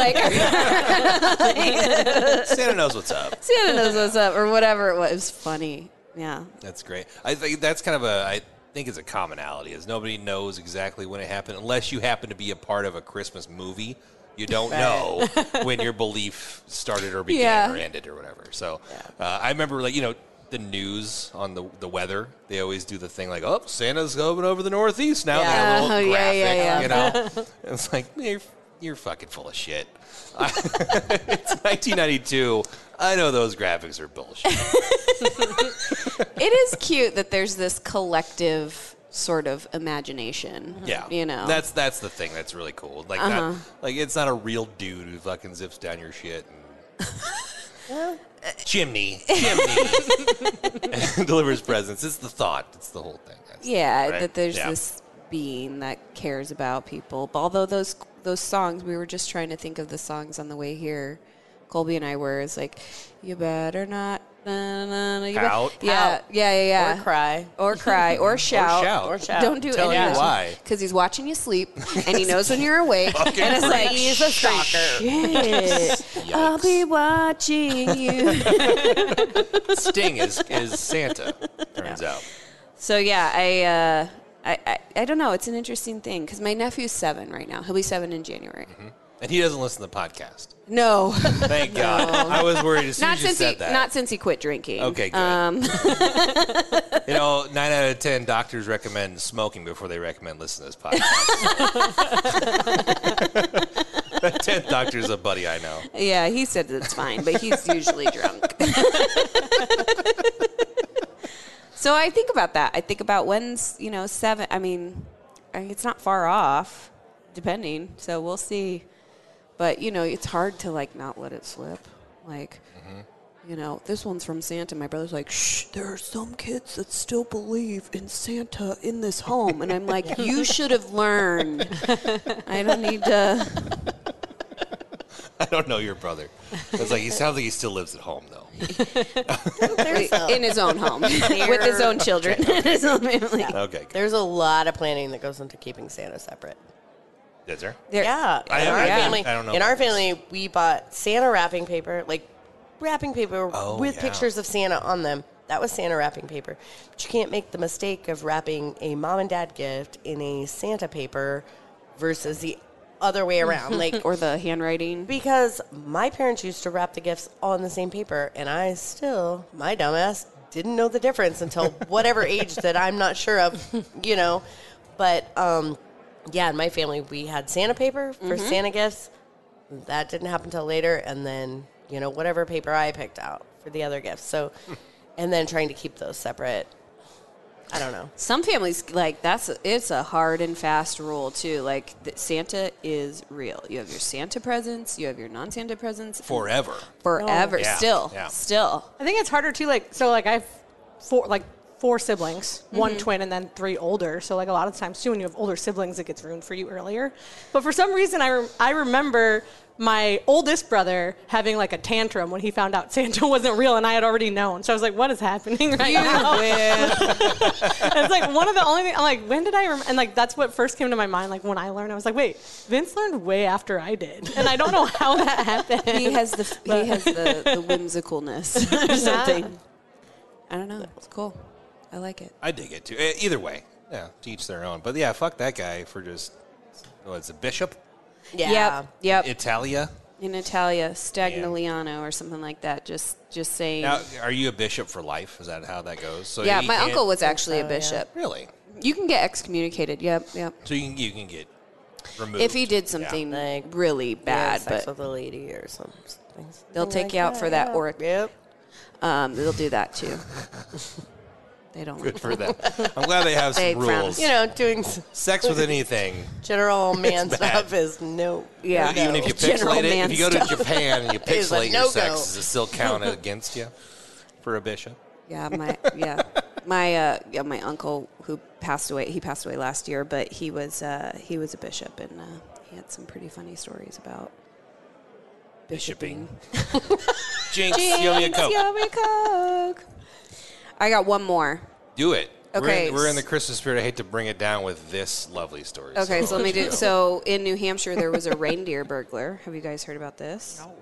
S4: like
S2: Santa knows what's up.
S4: Santa knows what's up, or whatever it was. It was funny. Yeah.
S2: That's great. I think that's kind of a I think it's a commonality is nobody knows exactly when it happened unless you happen to be a part of a Christmas movie. You don't know when your belief started or began
S4: Yeah.
S2: or ended or whatever. So uh, I remember like you know the news on the the weather, they always do the thing like, "Oh, Santa's coming over the Northeast now." They have a
S4: Yeah.
S2: little
S4: Oh, yeah,
S2: graphic,
S4: yeah, yeah.
S2: you know. And it's like you're you're fucking full of shit. it's 1992. I know those graphics are bullshit.
S4: it is cute that there's this collective sort of imagination.
S2: Yeah,
S4: You know. Uh-huh.
S2: that's that's the thing that's really cool. Like not, like it's not a real dude who fucking zips down your shit. And
S4: uh,
S2: chimney, chimney, delivers presents. It's the thought. It's the whole thing. That's-
S4: yeah,
S2: right?
S4: that there's
S2: Yeah.
S4: this being that cares about people. But although those those songs, we were just trying to think of the songs on the way here. Colby and I were is like, you better not. Na, na, na, you bet-"
S2: Out.
S4: yeah,
S5: Out.
S4: yeah, yeah, yeah.
S5: Or cry.
S4: or cry, or shout,
S2: shout. Or
S5: shout.
S4: Don't do
S2: Tell
S4: any
S2: you why.
S4: because he's watching you sleep and he knows when you're awake,
S2: Fucking
S4: and it's like
S2: preach.
S4: he's a stalker. I'll be watching you.
S2: Sting is is Santa. Turns out.
S4: So yeah, I, uh, I, I I don't know. It's an interesting thing because my nephew's seven right now. He'll be seven in January.
S2: And he doesn't listen to the podcast.
S4: No,
S2: Thank God. I was worried as soon
S4: not
S2: as you
S4: since he
S2: said that.
S4: not since he quit drinking.
S2: Okay, good.
S4: Um,
S2: you know, nine out of ten doctors recommend smoking before they recommend listening to this podcast. that tenth doctor is a buddy I know.
S4: yeah, he said it's fine, but he's usually drunk. so I think about that. I think about when's you know seven. I mean, I- it's not far off, depending. So we'll see. But you know, it's hard to like not let it slip. Like, you know, this one's from Santa. My brother's like, shh.
S9: There are some kids that still believe in Santa in this home.
S4: and I'm like, you should have learned. I don't need to.
S2: I don't know your brother. It's like he sounds like he still lives at home though.
S4: in his own home with his own children, his own family.
S2: Okay, good.
S5: There's a lot of planning that goes into keeping Santa separate.
S2: Is there?
S4: There-
S5: Yeah.
S2: I-
S5: in
S2: I-
S5: our
S2: yeah.
S5: family,
S2: I don't know
S5: In
S2: about
S5: our
S2: this.
S5: family, we bought Santa wrapping paper, like wrapping paper
S2: Oh,
S5: with
S2: yeah.
S5: pictures of Santa on them. That was Santa wrapping paper. But you can't make the mistake of wrapping a mom and dad gift in a Santa paper versus the other way around. Like
S4: Or the handwriting.
S5: because my parents used to wrap the gifts all in the same paper, and I still, my dumbass, didn't know the difference until whatever age that I'm not sure of, you know. But um, yeah, in my family, we had Santa paper for Santa gifts. That didn't happen until later, and then you know whatever paper I picked out for the other gifts. So, and then trying to keep those separate. I don't know.
S4: Some families like that's it's a hard and fast rule too. Like th- Santa is real. You have your Santa presents, you have your non-Santa presents
S2: Forever.
S4: forever.
S2: Oh, Yeah,
S4: Still,
S2: yeah.
S4: still.
S3: I think it's harder too. Like so, like I've four like four siblings, one twin, and then three older. So like a lot of times too, when you have older siblings, it gets ruined for you earlier. But for some reason, I rem- I remember my oldest brother having like a tantrum when he found out Santa wasn't real, and I had already known. So I was like, "What is happening right now?" it's like one of the only thing, I'm like, when did I rem-? and like that's what first came to my mind. Like when I learned, I was like, "Wait, Vince learned way after I did," and I don't know how that happened.
S4: He has the f- he has the, the whimsicalness or something. I don't know. It's cool. I like it.
S2: I dig it too. Eh, Either way, yeah, to each their own. But yeah, fuck that guy for just. Oh, it's a bishop.
S5: Yeah.
S4: Yep. Yep.
S2: Italia.
S4: In Italia, Stagnoliano
S2: Stagnoliano
S4: or something like that. Just just saying.
S2: Now, are you a bishop for life? Is that how that goes? So
S4: yeah,
S2: you
S4: my
S2: can't-
S4: uncle was actually a bishop.
S2: really.
S4: You can get excommunicated. Yep, yep.
S2: So you can, you can get removed
S4: If he did something
S5: Like,
S4: really bad,
S5: sex
S4: but
S5: with a lady or some things.
S4: they'll take you out for that, or
S5: Yep.
S4: um, they'll do that too. they don't. Like
S2: Good for them. I'm glad they have some
S4: They frown.
S2: rules.
S5: You know, doing s-
S2: Sex with anything,
S5: general man
S2: bad.
S5: stuff is no.
S4: Yeah.
S5: no.
S2: even if you
S4: General
S2: pixelate it,
S4: man
S2: if you go to Japan and you
S5: It's a
S2: pixelate your
S5: no-go.
S2: sex, does it still count against you for a bishop?
S4: Yeah, my yeah, my uh, yeah, my uncle who passed away. He passed away last year, but he was uh, he was a bishop, and uh, he had some pretty funny stories about
S2: Bishoping. Jinx, you owe me a
S4: Jinx,
S2: coke.
S4: you owe me a Coke. I got one more.
S2: Do it. We're
S4: Okay.
S2: in, we're in the Christmas spirit. I hate to bring it down with this lovely story.
S4: Okay, so let me do. So in New Hampshire, there was a reindeer burglar. Have you guys heard about this? No.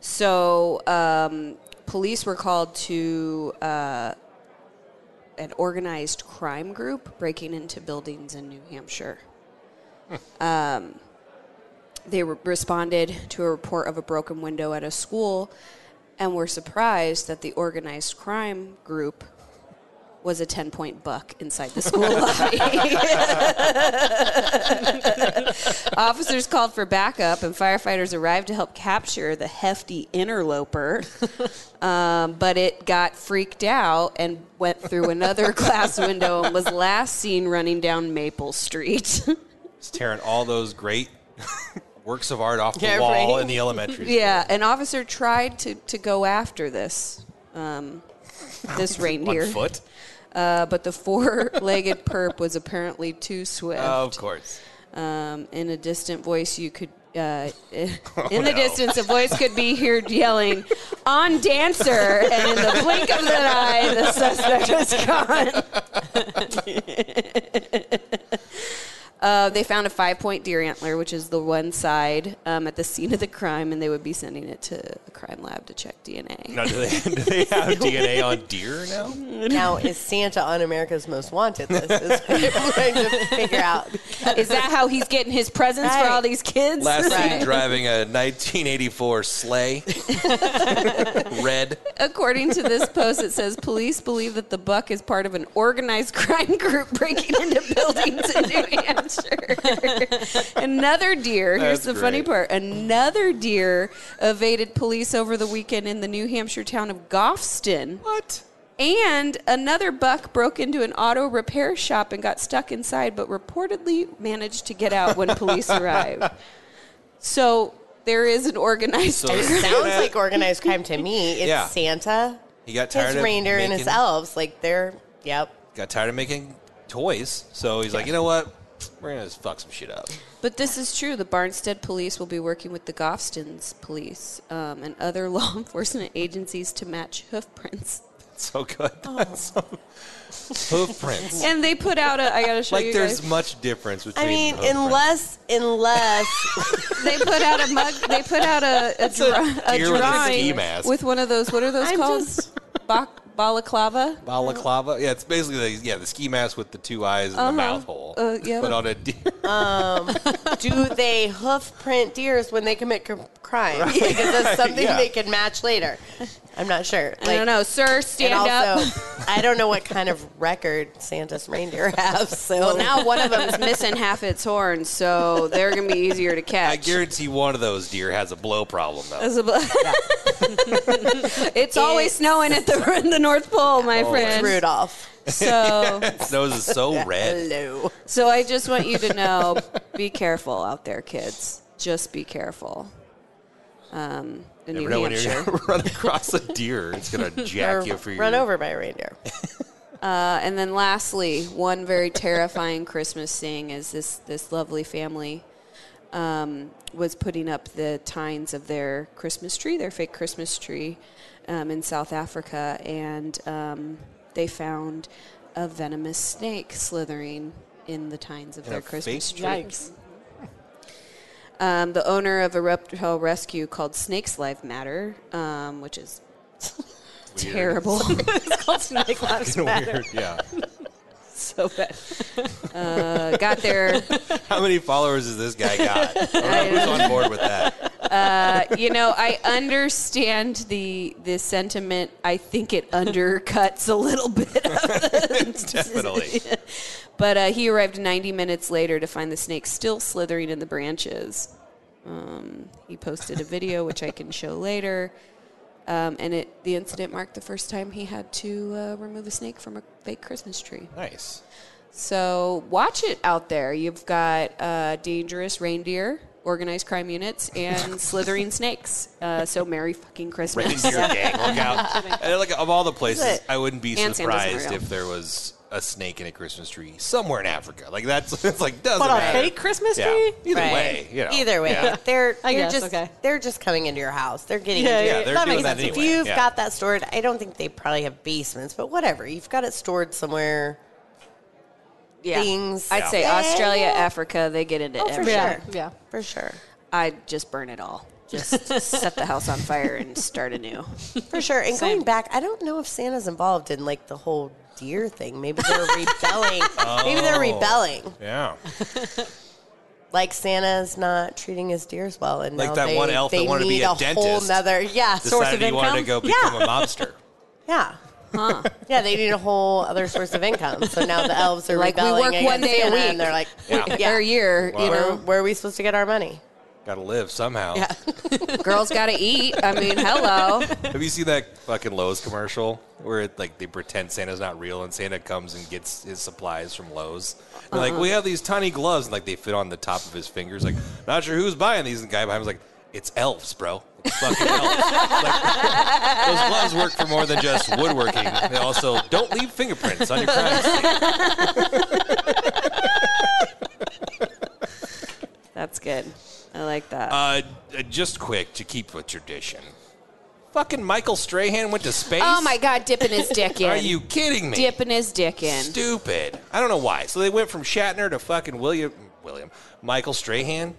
S4: So um, police were called to uh, an organized crime group breaking into buildings in New Hampshire. Um, they re- responded to a report of a broken window at a school and were surprised that the organized crime group was a 10 point buck inside the school lobby. Officers called for backup, and firefighters arrived to help capture the hefty interloper. Um, but it got freaked out and went through another glass window and was last seen running down Maple Street.
S2: It's tearing all those great works of art off the
S5: Yeah,
S2: wall
S5: right.
S2: in the elementary school.
S4: yeah, an officer tried to, to go after this. Um, this
S2: On
S4: reindeer.
S2: foot?
S4: Uh, but the four-legged perp was apparently too swift.
S2: Of course.
S4: Um, in a distant voice, you could. Uh, in the
S2: Oh, no.
S4: distance, a voice could be heard yelling, "On dancer!" And in the blink of an eye, the suspect was gone. uh, they found a five-point deer antler, which is the one side um, at the scene of the crime, and they would be sending it to a crime lab to check DNA.
S2: Now, do they, do they have DNA on deer now?
S5: Now, is Santa on America's Most Wanted list? Is what I'm trying to figure out.
S4: Is that how he's getting his presents for
S5: Right.
S4: all these kids?
S2: Last seen
S5: Right.
S2: driving a 1984 sleigh. Red.
S4: According to this post, it says police believe that the buck is part of an organized crime group breaking into buildings in New Hampshire. another deer, here's
S2: That's
S4: the funny
S2: great.
S4: part another deer evaded police over the weekend in the New Hampshire town of Goffston.
S2: What?
S4: And another buck broke into an auto repair shop and got stuck inside, but reportedly managed to get out when police arrived. So there is an organized
S2: So
S5: It
S2: Santa-
S5: sounds like organized crime to me. It's
S2: Yeah.
S5: Santa,
S2: He got tired
S5: his
S2: of
S5: reindeer, and his
S2: making-
S5: elves. Like they're, yep.
S2: Got tired of making toys, so he's like, you know what? We're gonna just fuck some shit up.
S4: But this is true. The Barnstead Police will be working with the Goffston's Police um, and other law enforcement agencies to match hoof prints.
S2: So good. That's so- Hoof prints.
S4: And they put out a. I gotta show
S2: Like
S4: you
S2: there's
S4: guys.
S2: much difference between.
S5: I mean,
S2: hoof
S5: unless, unless
S4: They put out a mug. They put out a a, dra- a
S2: deer with a
S4: drawing
S2: ski mask.
S4: with one of those. What are those
S5: I'm
S4: called?
S5: just-
S4: Bak- balaclava.
S2: prints. balaclava. Yeah, it's basically the, yeah the ski mask with the two eyes and the mouth hole.
S4: Uh, yeah.
S2: But on a deer.
S5: do they hoof print deers when they commit c- crimes? Like, is this something
S2: Yeah.
S5: they can match later? I'm not sure. Like,
S4: I don't know, sir. Stand
S5: And also,
S4: up.
S5: I don't know what kind of record Santa's reindeer have. So
S4: Well, now one of them's missing half its horn, so they're gonna be easier to catch.
S2: I guarantee one of those deer has a blow problem though.
S4: As a bu- it's always snowing at the, in the North Pole, my friend.
S5: Rudolph.
S4: So,
S2: Its nose is so red.
S5: Hello.
S4: so I just want you to know: be careful out there, kids. Just be careful. Um, in
S2: You
S4: New
S2: never know when you're
S4: Hampshire,
S2: gonna run across a deer. It's gonna jack you for your
S5: Run over by a reindeer.
S4: uh, and then lastly, one very terrifying Christmas thing is this: this lovely family um, was putting up the tines of their Christmas tree, their fake Christmas tree, um, in South Africa, and um, they found a venomous snake slithering in the tines of
S2: In a
S4: their Christmas
S2: fake
S4: tree. Um, the owner of a reptile rescue called Snakes Life Matter, um, which is
S2: Weird.
S4: terrible.
S3: It's called Snake Lives Matter.
S2: Weird, yeah.
S4: so bad. Uh, got there.
S2: How many followers has this guy got? Who's on board with that?
S4: Uh, You know, I understand the the sentiment. I think it undercuts a little bit.
S2: Definitely.
S4: But uh, he arrived 90 minutes later to find the snake still slithering in the branches. Um, he posted a video, which I can show later. Um, and it, the incident marked the first time he had to uh, remove a snake from a fake Christmas tree.
S2: Nice.
S4: So watch it out there. You've got uh, dangerous reindeer, organized crime units, and slithering snakes. Uh, so merry fucking Christmas.
S2: Reindeer gang, look out. And like of all the places,
S5: it?
S2: I wouldn't be
S4: And Santa's in the
S2: surprised
S4: room.
S2: if there was a snake in a Christmas tree somewhere in Africa. Like that's it's like doesn't
S3: But a
S2: matter.
S3: fake Christmas
S2: Yeah.
S3: tree?
S2: Either
S5: Right.
S2: way, you know.
S5: Either way,
S2: Yeah.
S5: they're
S3: I
S5: they're
S3: guess,
S5: just
S3: okay.
S5: they're just coming into your house. They're getting
S3: Yeah,
S5: into
S3: yeah,
S5: your-
S2: they're
S5: that
S2: doing
S5: makes
S2: that
S5: sense. If
S2: anyway,
S5: you've
S2: yeah.
S5: got that stored, I don't think they probably have basements, but whatever. You've got it stored somewhere. Things.
S4: I'd say
S5: Yeah.
S4: Australia, Africa, they get into
S5: Oh, for
S4: everything.
S3: Yeah.
S5: sure.
S3: Yeah.
S5: For sure.
S4: I'd just burn it all. Just set the house on fire and start anew.
S5: For sure. And going back, I don't know if Santa's involved in like the whole
S2: Oh.
S5: deer thing. Maybe they're rebelling. Maybe they're rebelling.
S2: Yeah.
S5: Like Santa's not treating his deers well, and
S2: Like
S5: now
S2: that
S5: they,
S2: one elf that
S5: they
S2: wanted to be
S5: need
S2: a
S5: a, whole
S2: dentist
S5: nother yeah source of
S2: Decided he
S5: income.
S2: wanted to go become
S5: yeah,
S2: a mobster.
S5: yeah, yeah. They need a whole other source of income. So now the elves are
S4: Like, we
S5: rebelling
S4: work one
S5: against
S4: day a
S5: Santa,
S4: week.
S5: and they're like,
S2: Yeah.
S5: yeah.
S4: Or a year, you
S5: where,
S4: know.
S5: where are we supposed to get our money?
S2: Got to live somehow.
S4: Girls got to eat. I mean, hello.
S2: Have you seen that fucking Lowe's commercial where it, like they pretend Santa's not real and Santa comes and gets his supplies from Lowe's? They're Like
S4: Uh-huh.
S2: we have these tiny gloves and like they fit on the top of his fingers. Like not sure who's buying these. And the guy behind was like, "It's elves, bro. It's fucking elves." Like, those gloves work for more than just woodworking. They also don't leave fingerprints on your crime scene.
S4: That's good. I like that.
S2: Uh, uh, just quick to keep with tradition. Fucking Michael Strahan went to space.
S4: oh my God, dipping his dick in.
S2: Are you kidding me?
S4: dipping his dick in?
S2: Stupid. I don't know why. So they went from Shatner to fucking William William Michael Strahan.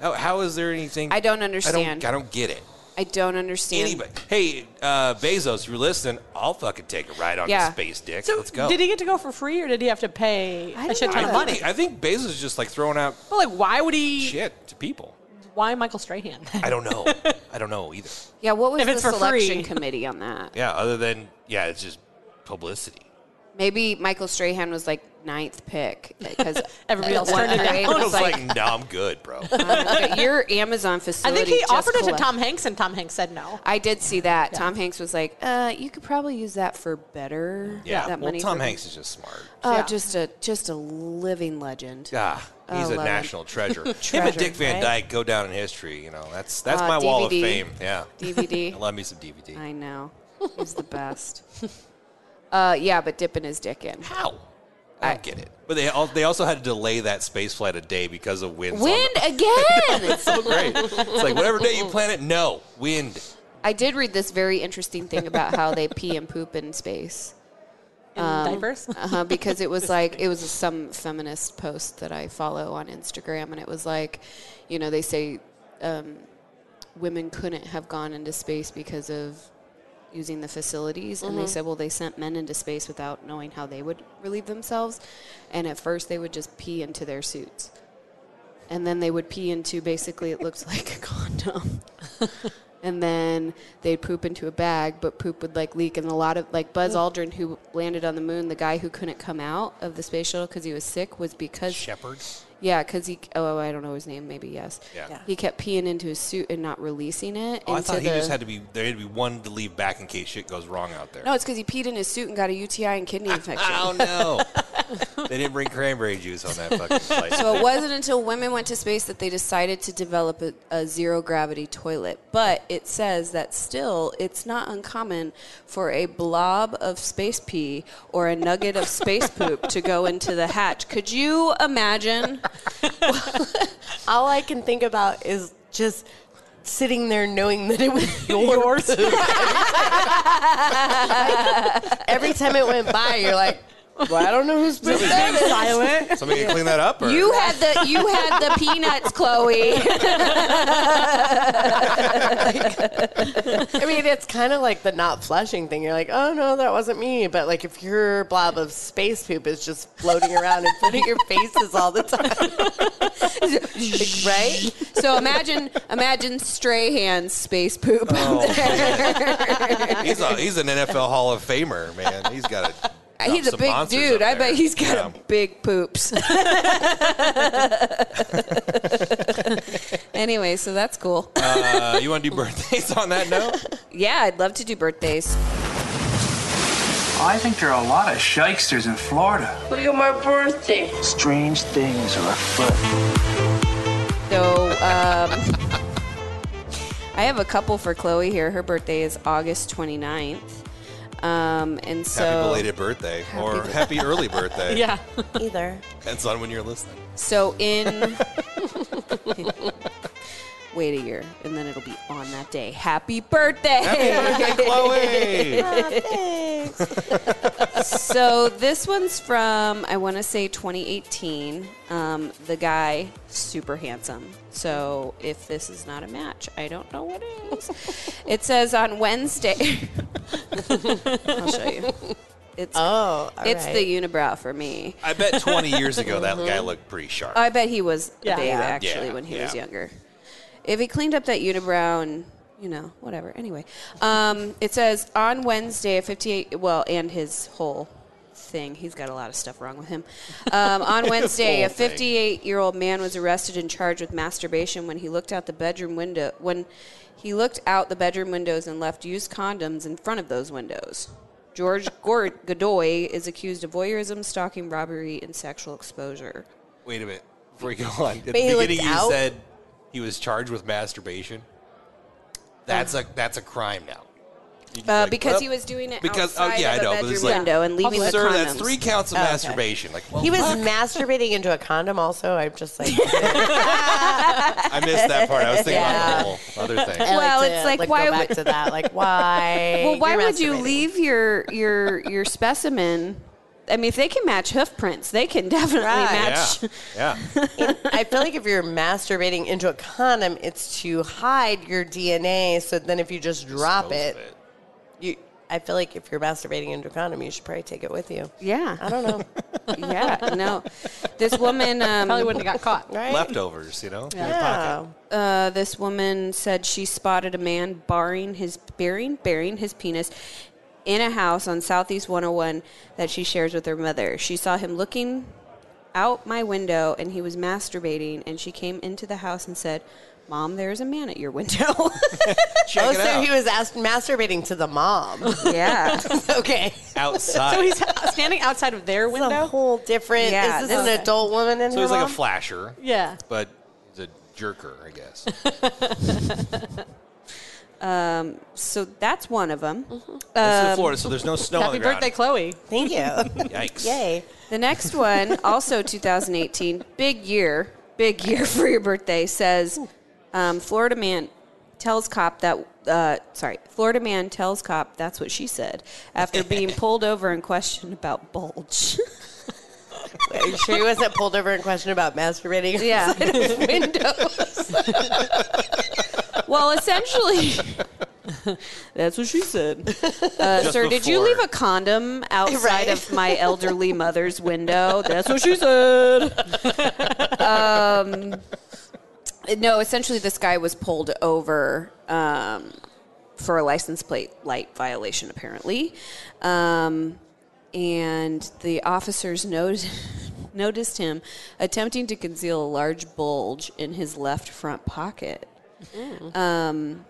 S2: How, how is there anything?
S4: I don't
S2: I don't,
S4: understand.
S2: I don't get it.
S4: I don't understand.
S2: Anybody? Hey, uh, Bezos, if you're listening, I'll fucking take a ride on
S4: Yeah.
S2: the space dick.
S3: So
S2: Let's go.
S3: Did he get to go for free, or did he have to pay
S4: I
S3: a
S4: don't
S3: shit ton
S2: I
S3: of
S2: think,
S3: money?
S2: I think Bezos is just like throwing out
S3: But like, why would he?
S2: shit to people.
S3: Why Michael Strahan?
S2: I don't know. I don't know either.
S4: Yeah, what was
S3: If
S4: the
S3: it's for
S4: selection
S3: free.
S4: committee on that?
S2: Yeah. Other than yeah, it's just publicity.
S4: Maybe Michael Strahan was like ninth pick because
S3: Everybody else turned it down.
S2: I was like, no, I'm good, bro.
S4: your Amazon
S3: I
S4: facility.
S3: think he
S4: just
S3: offered it to
S4: collect-
S3: Tom Hanks, and Tom Hanks said no.
S4: I did see that. Tom Hanks was like, uh, "You could probably use that for better."
S2: Yeah.
S4: that
S2: well,
S4: money
S2: Tom
S4: for-
S2: Hanks is just smart.
S4: Oh,
S3: Yeah.
S4: just a just a living legend.
S2: Ah, he's a
S4: Oh, love it.
S2: national treasure. Him and Dick Van Dyke go down in history. You know, that's that's
S4: Uh,
S2: my wall of
S4: DVD.
S2: fame. Yeah,
S4: DVD.
S2: I love me some DVD.
S4: I know. He's the best. Uh, yeah, but dipping his dick in.
S2: How? I don't
S4: I-
S2: get it. But they all, they also had to delay that space flight a day because of winds. on
S4: Wind
S2: the-
S4: again.
S2: so great. It's like whatever day you plan it. No wind.
S4: I did read this very interesting thing about how they pee and poop in space.
S3: In diapers.
S4: uh-huh, because it was like it was some feminist post that I follow on Instagram, and it was like, you know, they say um, women couldn't have gone into space because of using the facilities, and they said, well, they sent men into space without knowing how they would relieve themselves, and at first they would just pee into their suits, and then they would pee into basically it looks like a condom. And then they'd poop into a bag, but poop would like leak. And a lot of like Buzz Aldrin, who landed on the moon, the guy who couldn't come out of the space shuttle because he was sick, was because
S2: Shepherd.
S4: yeah, because he oh I don't know his name, maybe yes.
S2: Yeah. Yeah.
S4: He kept peeing into his suit and not releasing it.
S2: Oh, I
S4: into
S2: thought he
S4: the-
S2: just had to be there. Had to be one to leave back in case shit goes wrong out there.
S4: No, it's because he peed in his suit and got a UTI and kidney infection.
S2: Oh no! they didn't bring cranberry juice on that fucking flight.
S4: So it wasn't until women went to space that they decided to develop a, a zero gravity toilet. But it says that still, it's not uncommon for a blob of space pee or a nugget of space poop to go into the hatch. Could you imagine?
S5: All I can think about is just sitting there knowing that it was yours. Every time it went by, you're like, well, I don't know who's been
S3: Being silent.
S2: Somebody can clean that up. Or?
S4: You had the you had the peanuts, Chloe.
S5: I mean, it's kind of like the not flushing thing. You're like, oh no, that wasn't me. But like, if your blob of space poop is just floating around in front of your faces all the time, Like, right?
S4: So imagine imagine Strahan's space poop.
S2: he's a, he's an NFL Hall of Famer, man. He's got a
S4: he's a big dude. I bet he's got a big poops. anyway, so that's cool.
S2: Uh, you want to do birthdays on that note?
S4: Yeah, I'd love to do birthdays.
S10: I think there are a lot of shysters in Florida.
S11: Look at my birthday.
S10: Strange things are afoot.
S4: So um, I have a couple for Chloe here. Her birthday is August 29th. Um, and so
S2: happy belated birthday or happy early birthday.
S3: Yeah.
S5: Either.
S2: Depends on when you're listening.
S4: So in wait a year, and then it'll be on that day. Happy birthday!
S2: Chloe!
S4: so this one's from I want to say 2018. Um, the guy super handsome. So if this is not a match, I don't know what is. it says on Wednesday. I'll show you. It's
S5: Oh, all
S4: it's
S5: right.
S4: the unibrow for me.
S2: I bet 20 years ago that
S4: Mm-hmm.
S2: guy looked pretty sharp.
S4: I bet he was
S3: Yeah.
S4: a babe
S3: Yeah.
S4: actually
S2: Yeah,
S4: when he was
S2: yeah.
S4: younger. If he cleaned up that unibrow and you know whatever. Anyway, um, it says on Wednesday at 58. Well, and his whole thing. He's got a lot of stuff wrong with him. Um, on Wednesday, a
S2: whole thing.
S4: 58-year-old man was arrested and charged with masturbation when he looked out the bedroom window when he looked out the bedroom windows and left used condoms in front of those windows. George Gord- Godoy is accused of voyeurism, stalking, robbery, and sexual exposure.
S2: Wait a minute. Before you go on, at the
S5: he looked
S2: beginning you
S5: out?
S2: said he was charged with masturbation. That's a that's a crime now. You just
S4: Uh,
S2: like,
S4: because
S2: "Well,
S4: he was doing it
S2: because oh
S4: outside
S2: yeah,
S4: of
S2: I know,
S4: a
S2: but it's
S4: bedroom
S2: like,
S4: window and leaving the
S2: Sir,
S4: condoms. Oh,
S2: that's three counts of
S5: okay.
S2: masturbation. Like well,
S5: He was
S2: fuck.
S5: masturbating into a condom. Also, I'm just like,
S2: I missed that part. I was thinking
S5: Yeah.
S2: about the whole other thing.
S5: I
S4: Well,
S5: to,
S4: it's like,
S5: go
S4: why
S5: back
S4: would-
S5: to that? Like, why?
S4: Well, why
S5: You're
S4: would you
S5: masturbating.
S4: leave your your your specimen? I mean, if they can match hoof prints, they can definitely
S5: Right.
S2: Yeah,
S4: match.
S2: yeah.
S5: I feel like if you're masturbating into a condom, it's to hide your DNA. So then, if you just drop it,
S2: Dispose of
S5: you. I feel like if you're masturbating into a condom, you should probably take it with you.
S4: Yeah,
S5: I don't know,
S4: yeah, no. This woman,
S3: Probably
S4: um,
S3: wouldn't have got caught.
S5: right?
S2: Leftovers, you know.
S5: Yeah. Oh,
S4: uh, this woman said she spotted a man burying his burying burying his penis in a house on Southeast 101 that she shares with her mother. She saw him looking out my window and he was masturbating, and she came into the house and said. Mom, there is a man at your window.
S2: Check
S5: Oh,
S2: it
S5: so
S2: out.
S5: he was asked masturbating to the mom.
S4: yeah.
S5: okay.
S2: outside.
S3: So he's standing outside of their
S5: It's a
S3: window.
S5: whole different.
S4: Yeah,
S5: is this
S4: this-
S5: an adult woman in
S2: So
S5: her
S2: he's like a
S5: mom?
S2: flasher,
S3: Yeah.
S2: but he's a jerker, I guess.
S4: So that's one of them.
S2: this
S5: Um,
S2: is in Florida, so there's no snow on
S3: Happy
S2: the
S3: birthday,
S2: ground.
S3: Chloe.
S5: Thank you.
S2: Yikes!
S5: Yay.
S4: The next one, also 2018, big year, big year for your birthday, says um, Florida man tells cop that, uh, sorry, Florida man tells cop that's what she said after being pulled over and questioned about bulge.
S5: Are you sure he wasn't pulled over and questioned about masturbating?
S4: yeah. well, essentially, that's what she said. Uh,
S2: Just
S4: sir, did you
S2: before.
S4: leave a condom outside
S5: Right.
S4: of my elderly mother's window? That's what she said. um, no, essentially, this guy was pulled over. Um, for a license plate light violation, apparently. Um, and the officers noted, noticed him attempting to conceal a large bulge in his left front pocket. Um,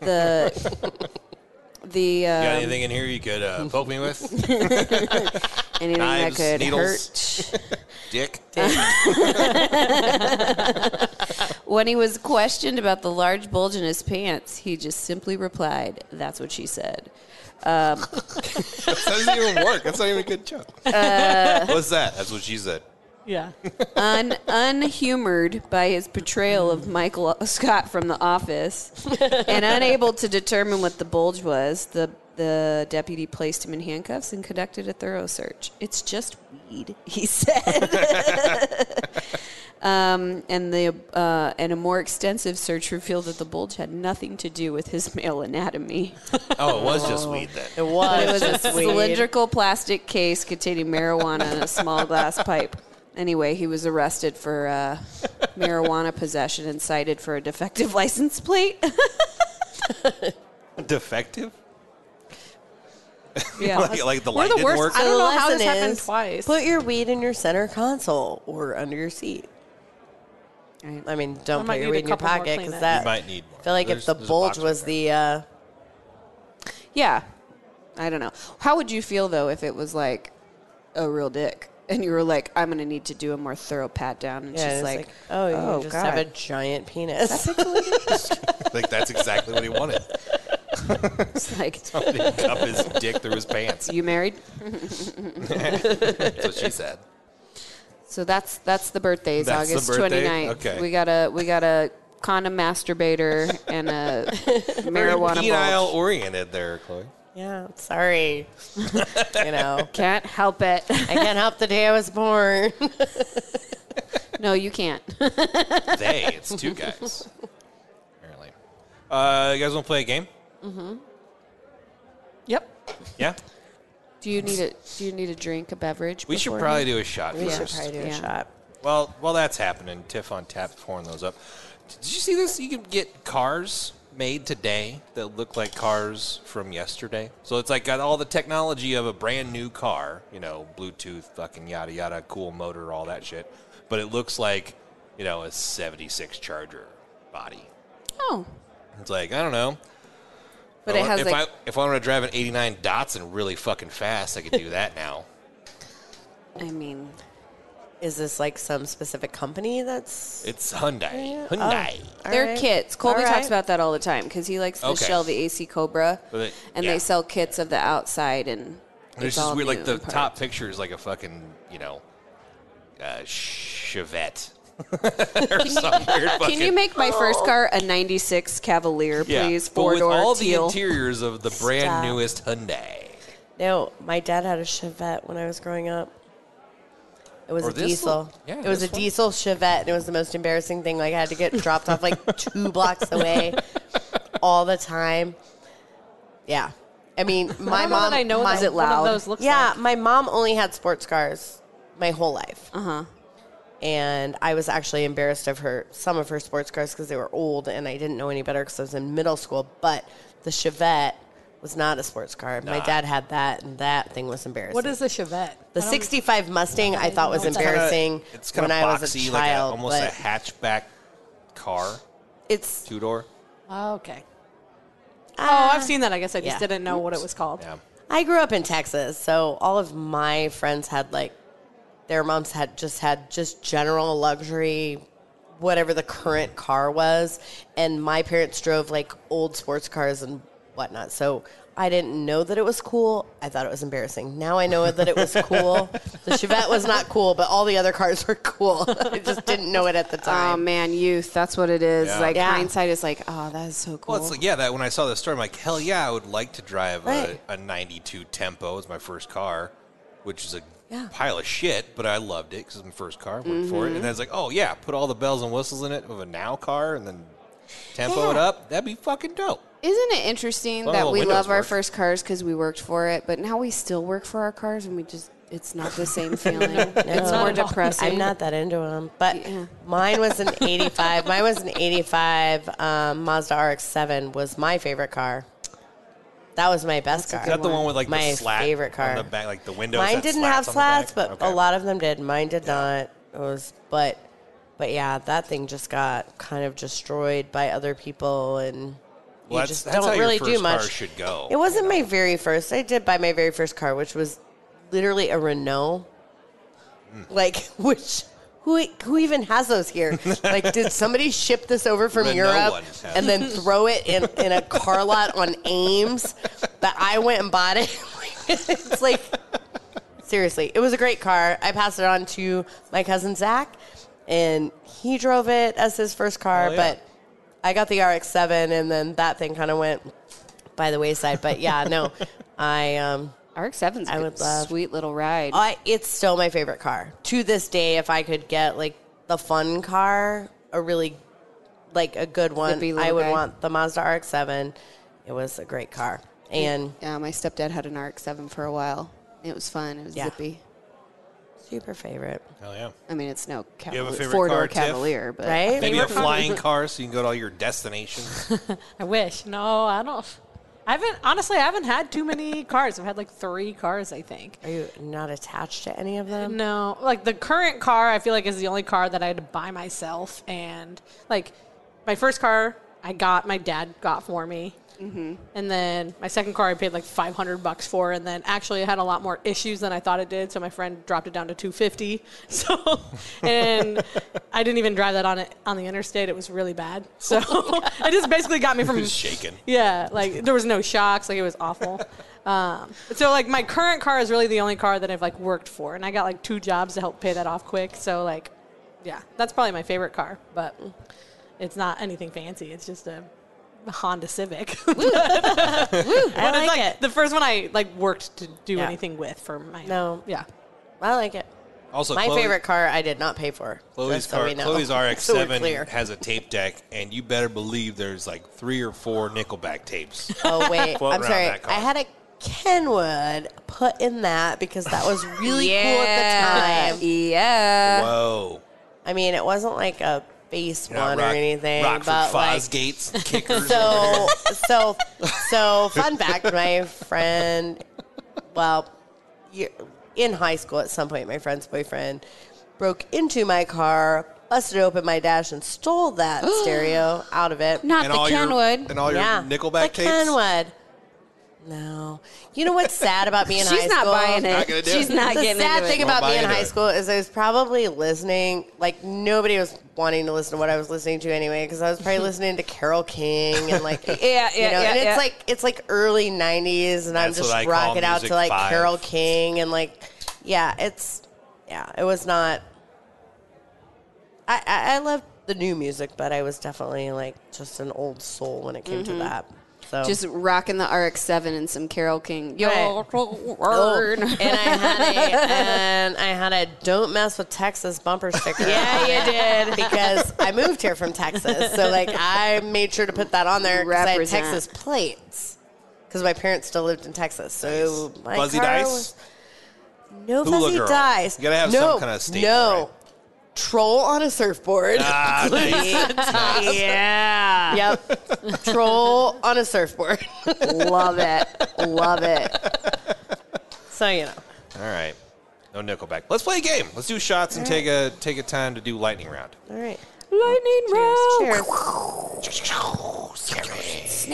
S4: the the
S2: You
S5: Um,
S2: got
S4: uh,
S2: anything in here you could uh, poke me with?
S4: anything
S2: Knives,
S4: that could
S2: needles?
S4: hurt.
S2: Dick.
S4: When he was questioned about the large bulge in his pants, he just simply replied, "That's what she said."
S2: That doesn't even work. That's not even a good joke.
S5: Uh,
S2: What's that? That's what she said.
S3: Yeah.
S4: un- unhumored by his portrayal of Michael Scott from The Office, and unable to determine what the bulge was, the the deputy placed him in handcuffs and conducted a thorough search. It's just weed, he said. um, and the uh, and a more extensive search revealed that the bulge had nothing to do with his male anatomy.
S2: Oh, it was just weed then.
S5: It was.
S4: It was a
S5: just weird.
S4: cylindrical plastic case containing marijuana and a small glass pipe. Anyway, he was arrested for uh, marijuana possession and cited for a defective license plate.
S2: Defective?
S4: yeah.
S2: Like, like the
S3: We're
S2: light
S3: the
S2: didn't
S3: worst.
S2: work?
S3: I don't
S5: The
S3: know how this
S5: lesson
S3: happened
S5: is,
S3: twice.
S5: Put your weed in your center console or under your seat.
S4: Right.
S5: I mean,
S3: I
S5: don't
S3: might
S5: put your
S3: need a
S5: weed in your
S3: couple more
S5: pocket because
S3: Kleenex.
S5: that.
S2: You might need more.
S5: I feel like
S2: There's-
S5: if the
S2: there's a
S5: bulge
S2: box
S5: was
S2: right
S5: the. Uh,
S4: yeah. I don't know. How would you feel, though, if it was like a real dick? And you were like, I'm going to need to do a more thorough pat down. And
S5: yeah,
S4: she's
S5: it's
S4: like,
S5: like, oh, you just
S4: God.
S5: have a giant penis.
S2: there. Like that's exactly what he wanted.
S4: It's like,
S2: He cup his dick through his pants.
S4: you married?
S2: That's what she said.
S4: So that's that's the birthdays,
S2: That's the
S4: August
S2: birthday?
S4: 29th.
S2: Okay.
S4: We got a we got a condom masturbator and a marijuana
S2: Penile
S4: bulge.
S2: oriented there, Chloe.
S5: yeah, sorry. you know,
S4: Can't help it.
S5: I can't help the day I was born.
S4: no, you can't.
S2: They, it's two guys. Apparently. Mm-hmm. Uh, you guys want to play a game?
S3: Yep.
S2: Yeah?
S4: Do you need a Do you need a drink, a beverage?
S2: We should
S4: beforehand?
S2: probably do a shot
S5: We should
S2: first.
S5: probably do a
S4: Yeah.
S5: shot.
S2: Well, while that's happening, Tiff on Tap's pouring those up. Did you see this? You can get cars made today that look like cars from yesterday. So it's like got all the technology of a brand new car, you know, Bluetooth, fucking yada yada, cool motor, all that shit. But it looks like, you know, a 76 Charger body.
S4: Oh,
S2: It's like, I don't know.
S4: but
S2: I
S4: it
S2: wa-
S4: has
S2: if
S4: like
S2: I if I want to drive an 89 Datsun really fucking fast, I could do that now.
S4: I, mean,
S5: Is this like some specific company that's
S2: It's Hyundai. Hyundai.
S5: All
S4: they're
S5: right.
S4: kits. Colby
S5: All
S4: talks
S5: right.
S4: about that all the time because he likes to
S2: Okay.
S4: shell the AC Cobra,
S2: But it-
S4: and
S2: yeah.
S4: they sell kits of the outside and.
S2: It's
S4: all
S2: just weird. Like
S4: new
S2: the
S4: and part-
S2: top picture is like a fucking, you know, uh, Chevette. or some weird fucking.
S4: Can you make my first car a '96 Cavalier,
S2: yeah.
S4: please?
S2: but
S4: Four
S2: with
S4: door
S2: all
S4: teal.
S2: the interiors of the brand
S5: Stop.
S2: newest Hyundai.
S5: No, my dad had a Chevette when I was growing up. It was
S2: Or
S5: a
S2: this
S5: diesel.
S2: one? Yeah,
S5: it was a
S2: this one.
S5: diesel Chevette, and it was the most embarrassing thing. Like I had to get dropped off like two blocks away all the time. Yeah, I mean, my
S3: don't know
S5: mom.
S3: that I know
S5: my,
S3: what the- one of those looks
S5: yeah,
S3: like.
S5: my mom only had sports cars my whole life. Uh huh. And I was actually embarrassed of her some of her sports cars because they were old, and I didn't know any better because I was in middle school. But the Chevette was not a sports car. My dad had that, and that thing was embarrassing.
S3: What is a Chevette?
S5: The
S3: I don't-
S5: 65 Mustang I thought was
S3: It's kinda-
S5: embarrassing
S2: Uh, It's kind
S5: when
S2: of
S5: I
S2: boxy,
S5: was a
S2: like a,
S5: child.
S2: almost a
S5: but
S2: hatchback car,
S5: it's
S2: two door.
S3: Oh, okay. Oh, I've seen that. I guess I just
S5: yeah.
S3: didn't know what it was called.
S2: Yeah.
S5: I grew up in Texas, so all of my friends had like their moms had just had just general luxury whatever the current car was and my parents drove like old sports cars and whatnot so i didn't know that it was cool i thought it was embarrassing now i know that it was cool the chevette was not cool but all the other cars were cool i just didn't know it at the time
S4: Oh man, youth. That's what it is.
S2: Yeah.
S4: Like
S5: Yeah.
S4: hindsight is like, oh, that is so cool.
S2: Well, it's like, yeah, that when I saw this story, I'm like, hell yeah, I would like to drive
S5: Right.
S2: a, a 92 Tempo as my first car, which is a pile of shit, but I loved it because it's my first car, went for it.
S5: Mm-hmm.
S2: And I was like, oh yeah, put all the bells and whistles in it of a now car and then tempo it up. That'd be fucking dope.
S4: Isn't it interesting
S2: Well,
S4: that we
S2: windows
S4: love our
S2: work.
S4: first cars because we worked for it, but now we still work for our cars and we just it's not the same feeling. it's
S5: No.
S4: more depressing.
S5: I'm not that into them, but
S4: Yeah.
S5: mine was an 85. Mine was an 85 um, Mazda RX-7 was my favorite car. That was my best car.
S2: Is that the one with like
S5: my
S2: the slat
S5: favorite car?
S2: on the back, like the windows?
S5: Mine
S2: had
S5: didn't have
S2: on the back?
S5: slats, but
S2: Okay.
S5: a lot of them did. Mine did not. It was, but, but yeah, that thing just got kind of destroyed by other people, and
S2: Well,
S5: you
S2: that's-
S5: just
S2: that's how
S5: don't
S2: your
S5: really do
S2: first car
S5: much.
S2: should go,
S5: It wasn't my very first. I did buy my very first car, which was literally a Renault. Like, which who who even has those here? like, did somebody ship this over from
S2: Renault
S5: Europe
S2: ones have
S5: and then throw it in, in a car lot on Ames? But I went and bought it. it's like seriously, it was a great car. I passed it on to my cousin Zach, and he drove it as his first car.
S2: Oh, yeah.
S5: But I got the RX-7, and then that thing kind of went by the wayside. But yeah, no, I um,
S4: RX seven's
S5: I
S4: a
S5: would love-
S4: sweet little ride.
S5: I it's still my favorite car to this day. If I could get like the fun car, a really like a good one,
S4: zippy little
S5: I would
S4: guy.
S5: want the Mazda RX-7. It was a great car, and
S4: yeah, my stepdad had an RX seven for a while. It was fun. It was
S5: Yeah.
S4: zippy.
S5: super favorite,
S2: Hell yeah.
S4: I mean, it's no
S2: you have a
S4: Cavalier,
S2: favorite
S4: four
S2: car,
S4: door
S2: Tiff?
S4: Cavalier, but
S5: right?
S2: Maybe a flying car so you can go to all your destinations.
S3: I wish. No, I don't. I haven't. Honestly, I haven't had too many cars. I've had like three cars, I think.
S5: Are you not attached to any of them?
S3: No, like the current car, I feel like is the only car that I had to buy myself. And like my first car, I got my dad got for me. And then my second car, I paid like 500 bucks for. And then actually, it had a lot more issues than I thought it did. So my friend dropped it down to 250. So, and I didn't even drive that on it on the interstate. It was really bad. So it just basically got me from
S2: It's shaking.
S3: yeah, like there was no shocks. Like it was awful. Um, so like my current car is really the only car that I've like worked for, and I got like two jobs to help pay that off quick. So like, yeah, that's probably my favorite car, but it's not anything fancy. It's just a Honda Civic. But
S5: I
S3: it's
S5: like,
S3: like
S5: it.
S3: the first one I like worked to do
S5: Yeah.
S3: anything with for my
S5: No.
S3: yeah.
S5: I like it.
S2: Also,
S5: My
S2: Chloe-
S5: favorite car I did not pay for.
S2: Chloe's
S5: just so
S2: car,
S5: we know.
S2: Chloe's
S5: So we're
S2: RX-7
S5: clear.
S2: has a tape deck, and you better believe there's like three or four Nickelback tapes.
S5: Oh wait,
S2: Floating
S5: I'm
S2: around
S5: sorry.
S2: that car.
S5: I had a Kenwood put in that because that was really cool
S4: yeah.
S5: at the time. Uh,
S4: Yeah.
S2: Whoa.
S5: I mean, it wasn't like a base
S2: Not
S5: one
S2: rock-
S5: or anything,
S2: Rockford
S5: but like
S2: Fosgates, kickers.
S5: so so so fun fact my friend well ye- in high school at some point my friend's boyfriend broke into my car busted open my dash and stole that stereo out of it
S4: Not
S2: and
S4: the
S2: all
S4: Kenwood.
S2: Your, and all your Nickelback
S5: like
S2: tapes.
S5: Kenwood. no you know what's sad about being in high
S4: She's not
S5: school
S4: buying it.
S2: Not gonna do
S4: She's
S2: it.
S4: not
S5: the
S4: getting
S5: sad
S4: into
S5: thing
S4: it.
S2: Won't
S5: about
S2: buy
S5: being in
S2: into
S5: high
S2: it.
S5: school is I was probably listening, like nobody was wanting to listen to what I was listening to anyway, because I was probably listening to Carol King and like,
S4: yeah,
S5: you know,
S4: yeah,
S5: and it's
S4: yeah.
S5: like it's like early '90s, and I'm
S2: That's what
S5: just
S2: I call
S5: rocking out to
S2: music
S5: like
S2: five.
S5: Carol King and like, yeah, it's yeah, it was not. I I, I loved the new music, but I was definitely like just an old soul when it came
S4: Mm-hmm.
S5: to that. So
S4: Just rocking the RX-7 and some Carol King. Yo,
S5: Right. Oh,
S4: word.
S5: and I had a and I had a "Don't mess with Texas" bumper sticker. Yeah, you did because I moved here from Texas, so like I made sure to put that on there because I had
S4: Represent.
S5: Texas plates because my parents still lived in Texas. So my
S2: Fuzzy
S5: car
S2: Dice.
S5: was- no
S2: Hula
S5: fuzzy
S2: girl.
S5: dice.
S2: You gotta have some
S5: no,
S2: kind of staple,
S5: No,
S2: right?
S5: troll on a surfboard.
S2: Ah, nice.
S5: yeah. Yep. troll on a surfboard.
S4: Love it. Love it.
S5: so you know.
S2: All right. No Nickelback. Let's play a game. Let's do shots and take a take a time to do lightning round.
S5: All right.
S4: Lightning round.
S5: Cheers.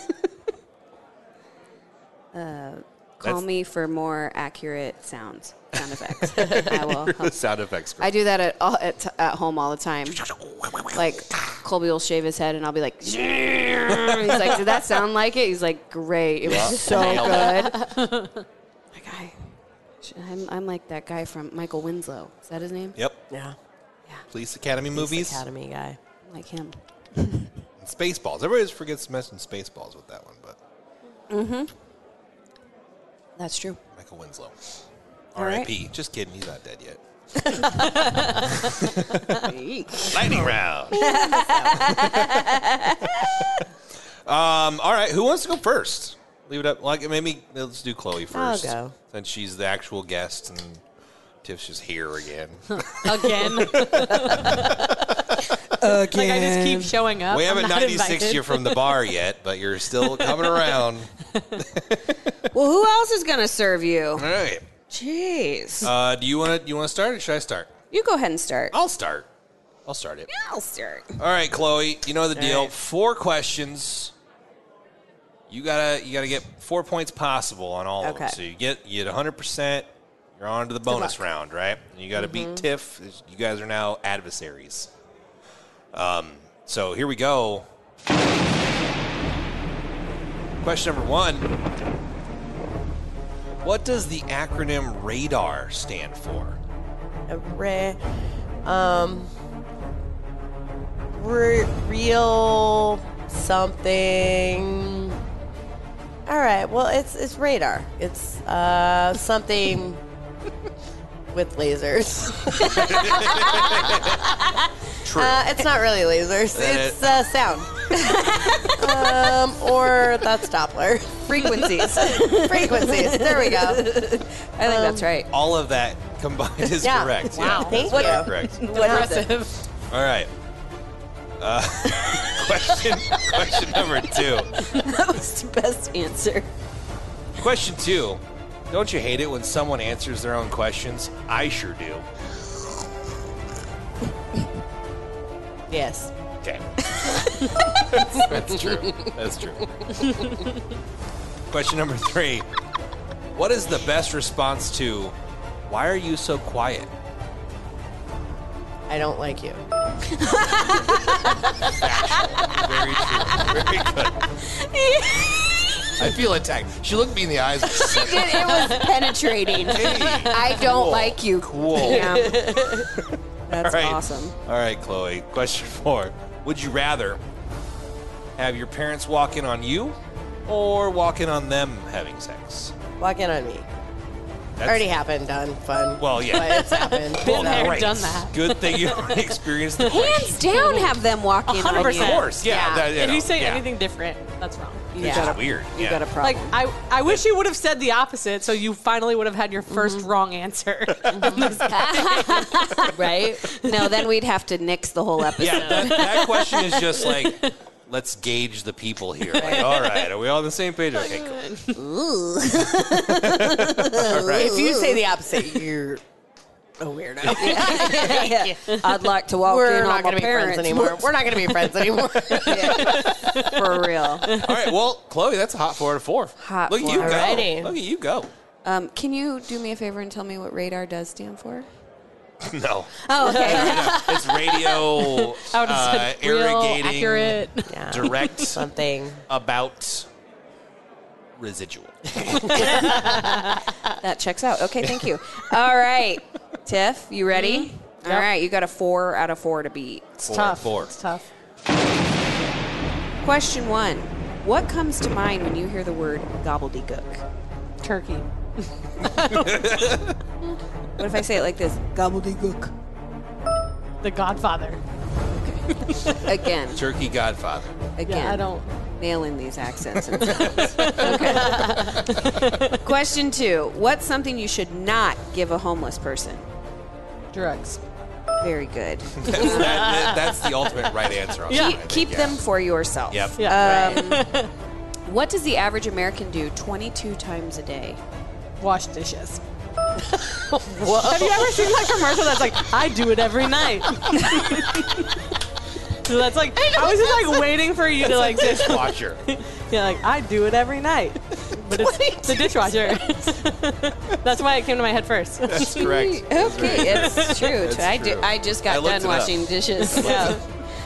S4: Uh, Call
S2: That's-
S4: me for more accurate sounds, sound effects. I will
S5: Oh.
S4: help.
S2: Sound effects. Girl.
S4: I do that at, all, at, t- at home all the time. Like, Colby will shave his head and I'll be like, "Zzzz." he's like, did that sound like it? He's like, great. It was so good. Like, I, I'm, I'm like that guy from Michael Winslow. Is that his name?
S2: Yep.
S5: Yeah.
S2: Police Academy movies.
S5: Academy guy.
S4: Like him.
S2: and Spaceballs. Everybody just forgets to mention Spaceballs with that one, but
S4: That's true.
S2: Michael Winslow.
S4: right.
S2: R.I.P. Just kidding. He's not dead yet. lightning round. um. All right. Who wants to go first? Leave it up. Like maybe let's do Chloe 1st
S5: go.
S2: Since she's the actual guest and Tiff's just here again.
S3: Again. Again. Like I just keep showing up.
S2: We
S3: I'm
S2: haven't
S3: not
S2: 96
S3: invited.
S2: you from the bar yet, but you're still coming around.
S4: Well, who else is going to serve you?
S2: All right.
S4: Jeez.
S2: Uh, do you want to you want to start or should I start?
S4: you go ahead and start.
S2: I'll start. I'll start it.
S4: I'll start.
S2: All right, Chloe. You know the deal. Four questions. You gotta you gotta get four points possible on all of them.
S5: Okay.
S2: So you get you get 100. percent You're on to the bonus round, right? And you gotta beat Tiff. You guys are now adversaries. Um. So here we go. Question number one. What does the acronym RADAR stand for?
S5: a re, um, re- real something. All right. Well, it's it's radar. It's uh something with lasers.
S2: True.
S5: Uh, it's not really lasers.
S2: Uh,
S5: It's uh, sound. um, or that's Doppler
S4: Frequencies. I think
S5: frequencies. There we go. Um,
S4: that's right.
S2: All of that combined is
S5: Yeah.
S2: correct.
S5: Wow.
S2: Yeah,
S5: Thank
S2: that's very
S5: you.
S2: correct.
S3: Impressive.
S2: All right. Uh, question question number two.
S4: That was the best answer.
S2: Question two. Don't you hate it when someone answers their own questions? I sure do.
S5: Yes.
S2: Okay. That's true. That's true. Question number three. What is the best response to why are you so quiet?
S5: I don't like you.
S2: Very true. Very good. I feel attacked. She looked me in the eyes. and said,
S4: It, it was penetrating.
S2: "Hey."
S4: I don't
S2: Cool.
S4: like you.
S2: Cool.
S4: Yeah. That's
S2: All right.
S4: awesome.
S2: All right, Chloe. Question four. Would you rather have your parents walk in on you or walk in on them having sex?
S5: Walk in on me.
S2: That's-
S5: Already happened, done. Fun.
S2: Well, yeah.
S5: But it's happened.
S3: Been
S5: you know.
S3: there,
S2: Great.
S3: done that.
S2: Good thing you already experienced the
S4: Hands down, have them walk in on you.
S3: 100%.
S2: Of course, yeah, that, you
S3: if
S2: know,
S3: you say
S2: yeah.
S3: anything different, that's wrong.
S2: It's
S4: Yeah.
S2: just weird.
S7: You
S2: yeah.
S7: got a problem.
S3: Like I, I wish you would have said the opposite, so you finally would have had your 1st wrong answer.
S4: right? No, then we'd have to nix the whole episode.
S2: Yeah, that, that question is just like, let's gauge the people here. Like, all right, are we all on the same page? Okay, cool. all right.
S5: If you say the opposite, you're a weirdo.
S4: I'd like to walk
S5: We're
S4: in on
S5: not
S4: my
S5: going to be friends
S4: parents
S5: anymore. We're not going to be friends anymore.
S4: for real.
S2: All right, well, Chloe, that's a hot four out of four.
S4: Hot
S2: Look at
S4: four.
S2: you go.
S5: Alrighty.
S2: Look at you go.
S4: Um, can you do me a favor and tell me what radar does stand for?
S2: No,
S4: Oh, okay.
S2: it's radio
S3: I would have
S2: uh,
S3: said real,
S2: irrigating,
S3: accurate.
S5: Yeah.
S2: direct
S5: Something.
S2: about residual.
S4: that checks out. Okay, thank you. All right, Tiff, you ready?
S5: Mm-hmm.
S4: All right, you got a four out of four to beat.
S3: It's
S2: Four,
S3: tough.
S2: four.
S3: It's tough.
S4: Question one What comes to mind when you hear the word gobbledygook?
S3: Turkey.
S4: What if I say it like this? Gobbledygook.
S3: The Godfather.
S4: Again,
S2: Turkey Godfather.
S4: again.
S3: Yeah, I don't.
S4: nailing these accents. And sounds. okay. Question two: What's something you should not give a homeless person?
S3: Drugs.
S4: Very good.
S2: That's, that, that- that's the ultimate right answer. On that, I think,
S4: Keep
S2: yeah.
S4: them for yourself.
S2: Yep.
S3: Yeah. Um,
S4: What does the average American do 22 times a day?
S3: Wash dishes. Have you ever seen that commercial that's like, I do it every night? so that's like, I, was just like waiting for you to like, just,
S2: Dishwasher.
S3: yeah, like, I do it every night. But it's the dishwasher. that's why it came to my head first.
S2: That's correct.
S4: Okay, it's true. I do.
S2: true.
S4: I just got
S2: I looked
S4: done
S2: it up.
S4: washing dishes.
S3: yeah.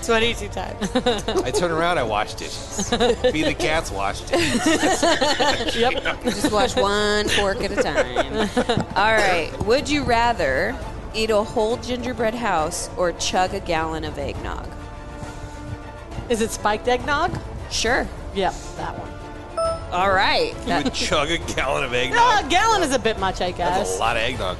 S5: 22 times.
S2: I turn around, I wash dishes. Me and the cats wash dishes.
S3: Yep.
S4: just wash one fork at a time. All right. Would you rather eat a whole gingerbread house or chug a gallon of eggnog?
S3: Is it spiked eggnog?
S4: Sure.
S3: Yep, that one.
S4: All right. That-
S2: Chug a gallon of
S3: No,
S2: eggnog.
S3: a gallon is a bit much, I
S2: That's a
S3: guess.
S2: lot of eggnog.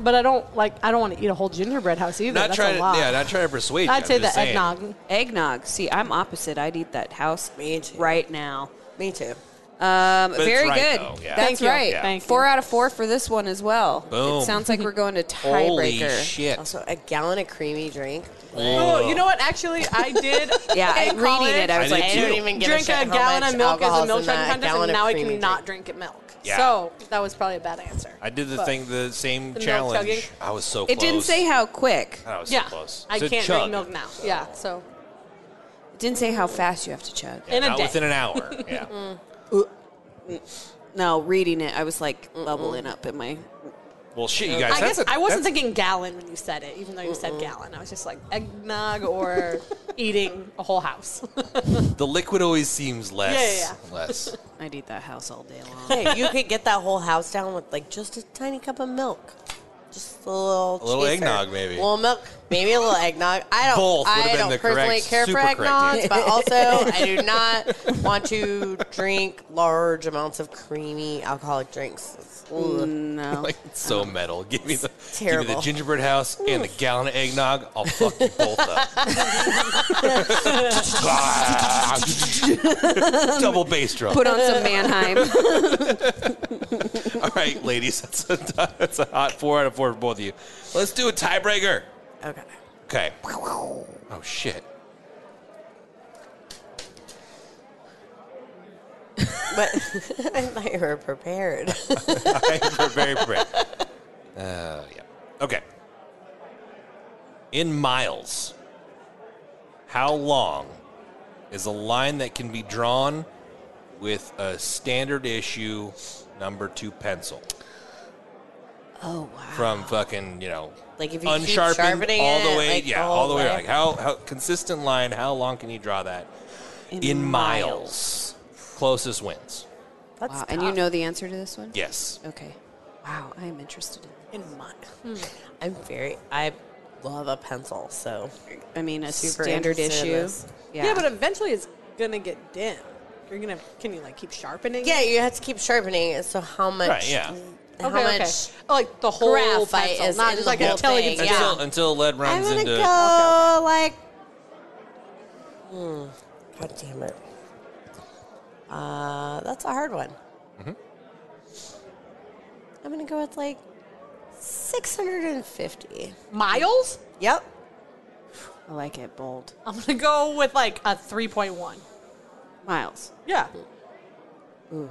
S3: But I don't like. I don't want to eat a whole gingerbread house either.
S2: Not
S3: That's
S2: trying
S3: a
S2: to,
S3: lot.
S2: yeah, not trying to persuade. you,
S3: I'd
S2: I'm
S3: say the
S2: just saying.
S3: eggnog.
S4: Eggnog. See, I'm opposite. I'd eat that house
S5: Me too.
S4: right now.
S5: Me too.
S4: Um,
S2: it's
S4: very
S2: right,
S4: good.
S2: though. Yeah.
S4: That's
S3: Thank you.
S4: right.
S2: Yeah.
S3: Thank you.
S4: four out of four for this one as well.
S2: Boom.
S4: It sounds like we're going to
S2: Holy
S4: tiebreaker.
S2: shit!
S5: Also, a gallon of creamy drink.
S3: Oh, you know what? Actually, I did.
S4: Yeah, I,
S3: in
S4: reading
S3: college,
S4: it, I was
S2: I
S4: like,
S2: did
S5: I
S2: too.
S5: don't even give
S3: drink
S5: a, shit
S3: a
S5: how
S3: gallon
S5: much
S3: of milk as
S5: alcohol's
S3: a milk
S5: in that
S3: drinking contest,
S5: gallon
S3: and
S5: of
S3: now I
S5: creamy
S3: cannot
S5: drink.
S3: drink it milk.
S2: Yeah.
S3: So that was probably a bad answer.
S2: I did the
S3: But-
S2: thing, the same
S3: milk chugging?
S2: challenge. I was so close.
S4: it didn't say how quick.
S2: I was
S3: Yeah,
S2: so close.
S3: I
S2: It said
S3: can't
S2: chug.
S3: drink milk now. Yeah, so
S4: It didn't say how fast you have to chug.
S3: in a
S2: Not
S3: day.
S2: within an hour. Yeah.
S4: No, reading it, I was like bubbling up in my.
S2: well, shit, you guys.
S3: I
S2: that's
S3: guess
S2: a-
S3: I wasn't
S2: that's-
S3: thinking gallon when you said it, even though you said gallon. I was just like eggnog or eating a whole house.
S2: The liquid always seems less.
S3: Yeah,
S2: Less.
S4: I'd eat that house all day long.
S5: Hey, you could get that whole house down with like just a tiny cup of milk. Just a little
S2: A little
S5: chaser.
S2: eggnog, maybe.
S5: A little milk, maybe a little eggnog. I don't
S2: Both would've
S5: I
S2: been
S5: don't
S2: the correct-
S5: personally care for
S2: super correct
S5: eggnogs,
S2: answer.
S5: but also I do not want to drink large amounts of creamy alcoholic drinks. It's- ugh.
S4: No.
S2: Like it's so metal. Give me the give me the
S5: terrible.
S2: gingerbread house and the gallon of eggnog. I'll fuck you both up. Double bass drum.
S4: Put on some Manheim.
S2: All right, ladies, that's a, that's a hot four out of four for both of you. Let's do a tiebreaker.
S5: Okay.
S2: Okay. Oh shit.
S5: But I thought you were prepared.
S2: We're very brave. Uh, yeah. Okay. In miles, how long is a line that can be drawn with a standard issue number two pencil?
S4: oh, wow.
S2: From fucking, you know,
S5: Like if you keep
S2: unsharpened
S5: sharpening
S2: all the
S5: it,
S2: way,
S5: like, oh,
S2: yeah,
S5: the
S2: all the
S5: whole
S2: way.
S5: way.
S2: Like how, how consistent line? How long can you draw that in, miles? Closest wins.
S5: That's
S4: Wow. And you
S5: tough.
S4: know the answer to this one?
S2: Yes.
S4: Okay. Wow, I am interested in
S5: in my,
S3: Mm.
S5: I'm very. I love a pencil, so
S4: I mean, a
S5: Super
S4: standard
S5: interested in
S4: issue.
S5: this.
S4: Yeah.
S3: yeah. but eventually it's gonna get dim. You're gonna can you like keep sharpening? it?
S5: yeah, you have to keep sharpening. it, So how much
S2: Right, yeah.
S5: how
S3: okay, okay.
S5: much
S3: Oh, like the whole
S5: graphite
S3: pencil,
S5: is
S3: not
S5: in
S3: just
S5: the
S3: like
S5: whole
S3: a
S5: thing,
S3: telegram.
S5: yeah.
S2: Until, until lead
S5: I'm
S2: runs
S5: gonna
S2: into.
S5: go like. Hmm. God damn it. Uh, that's a hard one.
S2: Mm-hmm.
S5: I'm gonna go with like 650.
S3: Miles?
S5: Yep.
S7: I like it bold.
S3: I'm gonna go with like a 3.1.
S7: Miles.
S3: Yeah.
S7: Ooh,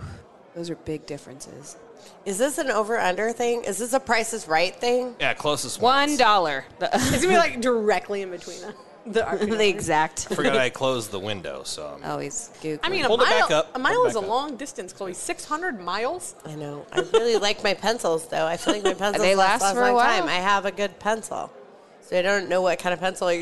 S7: those are big differences.
S5: Is this an over under thing? Is this a Price is Right thing?
S2: Yeah, closest
S7: One
S2: ones.
S7: dollar.
S3: It's gonna be like directly in between them. The
S4: the exact.
S2: I forgot I closed the window, so I'm
S5: Oh,
S4: Always Googling.
S3: I mean, a
S2: Hold it
S3: mile,
S2: back up.
S3: a mile
S2: Hold it
S3: is a
S2: back up.
S3: long distance, Chloe. 600 miles?
S5: I know. I really like my pencils, though. I feel like my pencils
S4: They
S5: last,
S4: last
S5: a
S4: for a
S5: long
S4: while?
S5: time. I have a good pencil, so I don't know what kind of pencil you're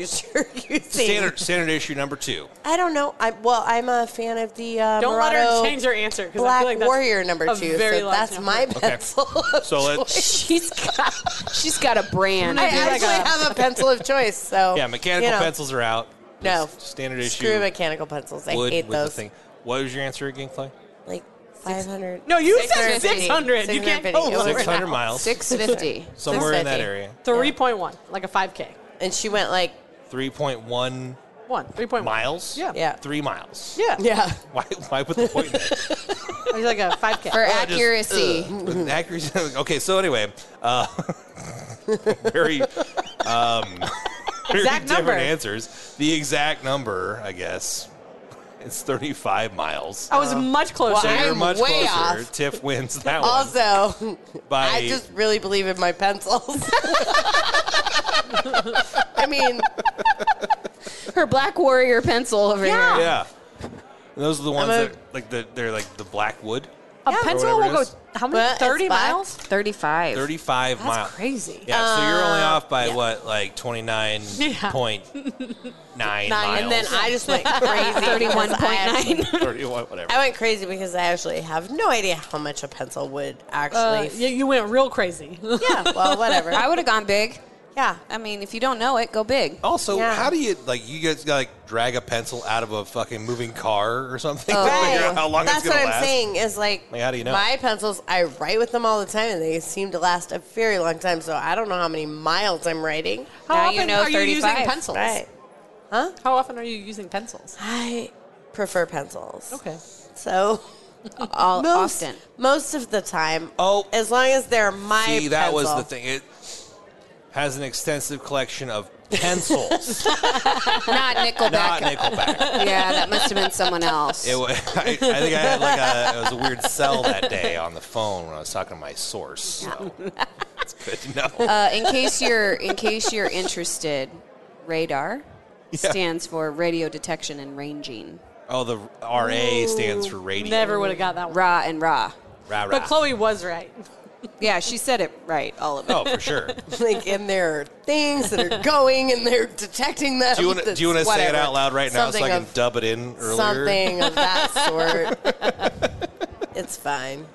S5: using.
S2: standard standard issue number two.
S5: I don't know. I well, I'm a fan of the uh,
S3: Don't let her
S5: Murata
S3: change her answer. 'cause I feel
S5: Black
S3: like that's
S5: Warrior number
S3: a
S5: two.
S3: very
S5: So
S3: large
S5: that's
S3: number.
S5: my pencil. of
S2: So let's-
S5: choice.
S7: She's got she's got a brand.
S5: I
S3: do like
S5: actually
S3: a-
S5: have a pencil of choice. So
S2: Yeah, mechanical
S5: you know,
S2: pencils are out.
S5: No.
S2: Just standard issue.
S5: Screw mechanical pencils. I
S2: wood
S5: hate
S2: with
S5: those.
S2: the thing. What was your answer again, Clay?
S5: Like 500.
S3: No, you said
S4: 650.
S3: 600. You can't
S5: 650.
S3: go
S5: It was
S3: lower
S2: Six hundred
S3: now.
S2: miles,
S4: six fifty.
S2: somewhere in that
S5: 650.
S2: area.
S3: 3.1, like a 5K.
S5: And she went like,
S2: Three point one
S3: One, 3.1.
S2: miles.
S3: Yeah.
S5: yeah,
S2: Three miles.
S3: Yeah.
S5: yeah.
S2: Why? Why put the point? there?
S3: It was like a 5K.
S4: For
S2: I just- uh,
S4: accuracy.
S2: Ugh. With accuracy. Okay, so anyway, uh, very, um, very
S3: Exact
S2: different
S3: number.
S2: answers. The exact number, I guess, it's thirty-five miles.
S3: I was much closer.
S2: so you're
S4: I'm
S2: much
S4: way
S2: closer.
S4: off.
S2: Tiff wins that one
S5: Also,
S2: by
S5: I just really believe in my pencils. I mean,
S4: Her black warrior pencil over here.
S2: yeah. And those are the ones
S5: a-
S2: that like the they're like the black wood,
S3: a
S2: whatever
S3: pencil will
S2: it
S3: go,
S2: is.
S3: how many?
S5: Well, it's
S3: 30
S5: black.
S3: miles?
S4: Thirty-five.
S2: thirty-five
S3: That's
S2: miles.
S3: crazy.
S2: Yeah, so you're only off by what, like twenty nine
S3: Yeah.
S2: point nine miles,
S3: Nine,
S5: and then I just went crazy.
S4: Thirty-one
S5: because I
S4: point
S5: actually-
S4: nine.
S2: thirty-one, whatever.
S5: I went crazy because I actually have no idea how much a pencil would
S3: Uh,
S5: actually.
S3: you, you went real crazy.
S5: yeah, well, whatever.
S4: I would have gone big.
S5: yeah.
S4: I mean, if you don't know it, go big.
S2: Also,
S5: Yeah.
S2: how do you like you guys like drag a pencil out of a fucking moving car or something to
S5: Right.
S2: figure out how long
S5: Oh. That's
S2: it's gonna
S5: what I'm
S2: last?
S5: saying is like,
S2: Like, how do you know?
S5: My pencils, I write with them all the time, and they seem to last a very long time. So I don't know how many miles I'm writing.
S3: How
S4: Now
S3: often
S4: you know
S3: are you using
S4: 35.
S3: pencils?
S5: Right.
S3: How often are you using pencils?
S5: I prefer pencils.
S3: Okay.
S5: So
S4: All
S5: most,
S4: often.
S5: most of the time.
S2: Oh.
S5: as long as they're my.
S2: See, that was
S5: pencil.
S2: the thing. It has an extensive collection of pencils,
S4: Not Nickelback.
S2: not Nickelback.
S4: yeah, that must have been someone else.
S2: It was, I, I think I had like a it was a weird sell that day on the phone when I was talking to my source. So it's good to know.
S4: uh, in case you're in case you're interested, radar stands for radio detection and ranging.
S2: oh, the RA stands for radio.
S3: Never would have got that one.
S4: Ra and ra.
S2: Rah, rah.
S3: But Chloe was right.
S4: Yeah, she said it right. All of it.
S2: Oh, for sure.
S5: like and there are things that are going and they're detecting them.
S2: Do you want to do you want to
S5: It's
S2: say it
S5: whatever.
S2: out loud right now
S5: Something
S2: so I can
S5: of,
S2: dub it in earlier?
S5: something of that sort. it's fine.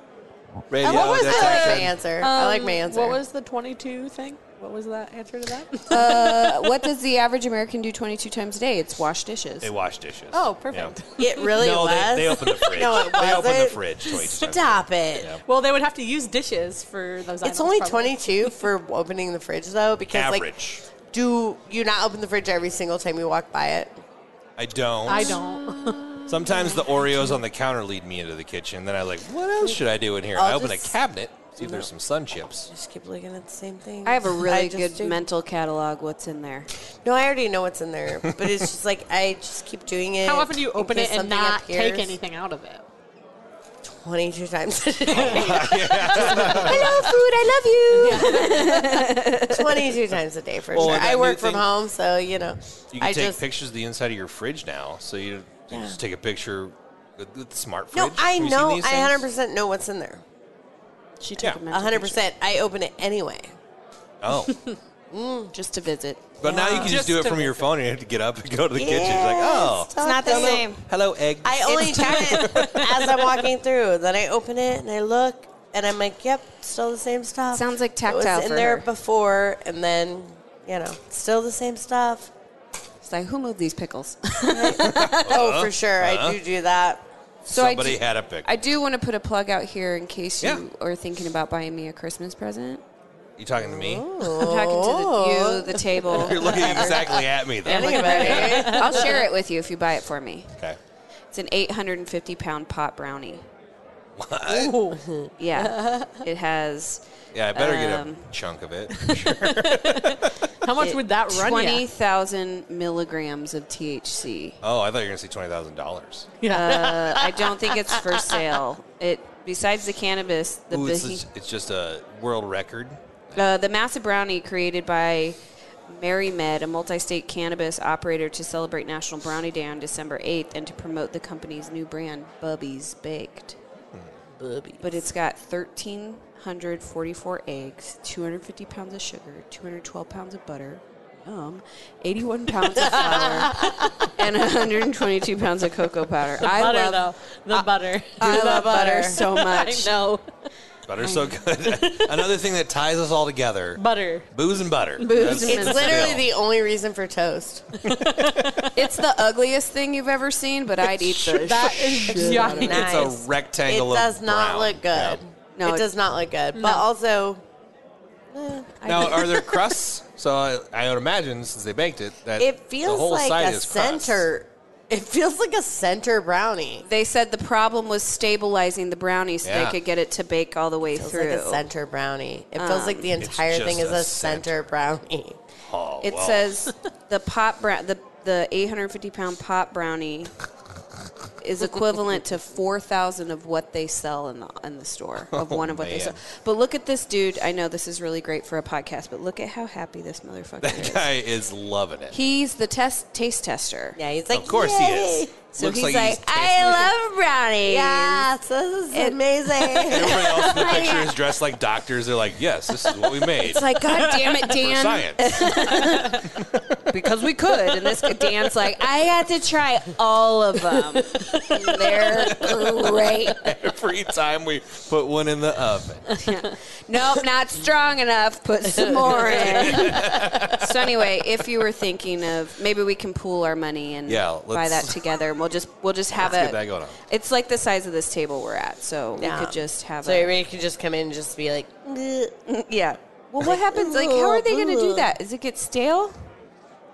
S2: Radio
S5: what was
S2: detection.
S5: I like my answer. I like my answer.
S3: Um, What was the 22 thing? What was that answer to that?
S4: Uh, what does the average American do 22 times a day? It's wash dishes.
S2: They wash dishes.
S3: Oh, perfect.
S2: Yeah.
S5: it? Really
S2: no,
S5: was.
S2: They, they opened the fridge.
S5: No, it
S2: They opened the
S5: wasn't.
S2: fridge. 22 times.
S5: Stop it.
S2: Yeah.
S3: Well, they would have to use dishes for those items.
S5: It's only
S3: probably.
S5: 22 for opening the fridge though, because
S2: Average.
S5: like, do you not open the fridge every single time you walk by it?
S2: I don't.
S3: I don't.
S2: Sometimes the Oreos on the counter lead me into the kitchen. Then I like, what else should I do in here? i
S5: I'll
S2: open a
S5: just-
S2: cabinet. See if there's some sun chips.
S5: Just keep looking at the same thing.
S4: I have a really good
S5: mental.
S4: mental catalog. What's in there?
S5: No, I already know what's in there, but it's just like I just keep doing it.
S3: How often do you
S5: in
S3: open it
S5: case
S3: and
S5: something
S3: not take
S5: appears.
S3: anything out of it?
S5: Twenty-two times. a
S3: Oh
S5: day.
S4: Hello, food. I love you.
S5: Twenty-two times a day for
S2: Well,
S5: sure.
S2: and that
S5: I work
S2: new
S5: from
S2: thing-
S5: home, so you know.
S2: You can
S5: I
S2: take
S5: just
S2: pictures of the inside of your fridge now. So you, you just take a picture with, with the smart fridge.
S5: no, I
S2: Have you seen
S5: know.
S2: these
S5: I
S2: things?
S5: hundred percent know what's in there.
S4: She took
S2: Yeah.
S4: a mental
S5: hundred
S4: picture
S5: percent. I open it anyway.
S2: Oh,
S5: Mm,
S4: just to visit.
S2: but now you can just, do it from your phone. and You have to get up and go to the kitchen. It's like, oh,
S5: it's not the same.
S2: hello, egg.
S5: I only do it as I'm walking through. Then I open it and I look, and I'm like, "Yep, still the same stuff."
S4: Sounds like
S5: It was
S4: tactile
S5: in
S4: for
S5: there
S4: her.
S5: before, and then you know, still the same stuff.
S4: It's like, who moved these pickles?
S2: Uh-huh.
S5: Oh, for sure, I do do that.
S4: So I
S2: Somebody
S4: do-
S2: had a pick.
S4: I do want to put a plug out here in case you
S2: Yeah.
S4: are thinking about buying me a Christmas present.
S2: you talking to me?
S4: I'm talking to the, you, the table.
S2: You're looking
S4: whatever.
S2: exactly at me, though.
S4: I'm looking at you. I'll share it with you if you buy it for me.
S2: Okay.
S4: It's an 850 pound pot brownie.
S2: What?
S4: Yeah, it has
S2: Yeah, I better get a
S4: Um,
S2: chunk of it.
S3: How much would that run
S4: twenty
S3: you?
S4: thousand milligrams of THC.
S2: Oh, I thought you were going to say twenty thousand dollars.
S4: Uh, I don't think it's for sale. It besides the cannabis, the
S2: Ooh, it's,
S4: behe-
S2: just- it's just a world record.
S4: Uh, the massive brownie created by MaryMed, a multi-state cannabis operator, to celebrate National Brownie Day on December 8th and to promote the company's new brand, Bubby's Baked. But it's got 1,344 eggs, 250 pounds of sugar, 212 pounds of butter, yum, 81 pounds of flour, and 122 pounds of cocoa powder. I
S3: butter,
S4: love
S3: though.
S5: uh,
S3: The butter.
S4: I
S3: The
S4: love butter so much.
S3: I know.
S2: Butter's so good. Another thing that ties us all together:
S3: Butter.
S2: booze and butter.
S4: Booze and
S5: It's
S4: It's
S5: literally
S2: still-
S5: the only reason for toast.
S4: It's the ugliest thing you've ever seen, but I'd eat the
S3: That is
S5: Nice.
S3: yummy.
S2: It's a rectangle.
S5: It
S2: of
S5: does not
S2: brown.
S5: look good.
S4: No,
S5: it
S4: it-
S5: does not look good. But also,
S2: Yeah. Now, are there crusts? So I, I would imagine since they baked it, that
S5: it
S2: the
S5: feels
S2: whole side
S5: like a
S2: is crust.
S5: center. It feels like a center brownie.
S4: They said the problem was stabilizing the brownie so
S2: Yeah.
S4: they could get it to bake all the way
S5: It feels
S4: through.
S5: like a center brownie. It
S4: Um,
S5: feels like the entire
S2: just
S5: thing is
S2: a
S5: a center, brownie.
S2: Oh,
S4: it
S2: well.
S4: says the pop brown the the 850 pound pop brownie is equivalent to 4,000 of what they sell in the in the store of one of what they
S2: Oh, man.
S4: sell. But look at this dude. I know this is really great for a podcast, but look at how happy this motherfucker
S2: that
S4: is.
S2: guy is loving it.
S4: He's the test taste tester.
S5: Yeah, he's like,
S2: of course he
S5: "Yay."
S2: is.
S4: So
S2: Looks
S4: he's like,
S2: like, he's tasting it.
S4: I love brownies.
S5: Yes, this is amazing.
S2: Everybody else in the picture is dressed like doctors. They're like, yes, this is what we made.
S4: It's like, God damn it,
S2: for
S4: Dan.
S2: science.
S4: because we could. And this Dan's like, I got to try all of them. They're great.
S2: Every time we put one in the oven.
S4: Nope, not strong enough. Put some more in. so anyway, if you were thinking of maybe we can pool our money and
S2: Yeah,
S4: buy that
S2: let's-
S4: together, and we'll just we'll just have
S2: Let's
S4: a.
S2: get that going on.
S4: It's like the size of this table we're at, so we could just have
S5: So
S4: a.
S5: everybody could just come in and just be like,
S4: yeah. Well, what happens? Like, how are they going to do that? Does it get stale?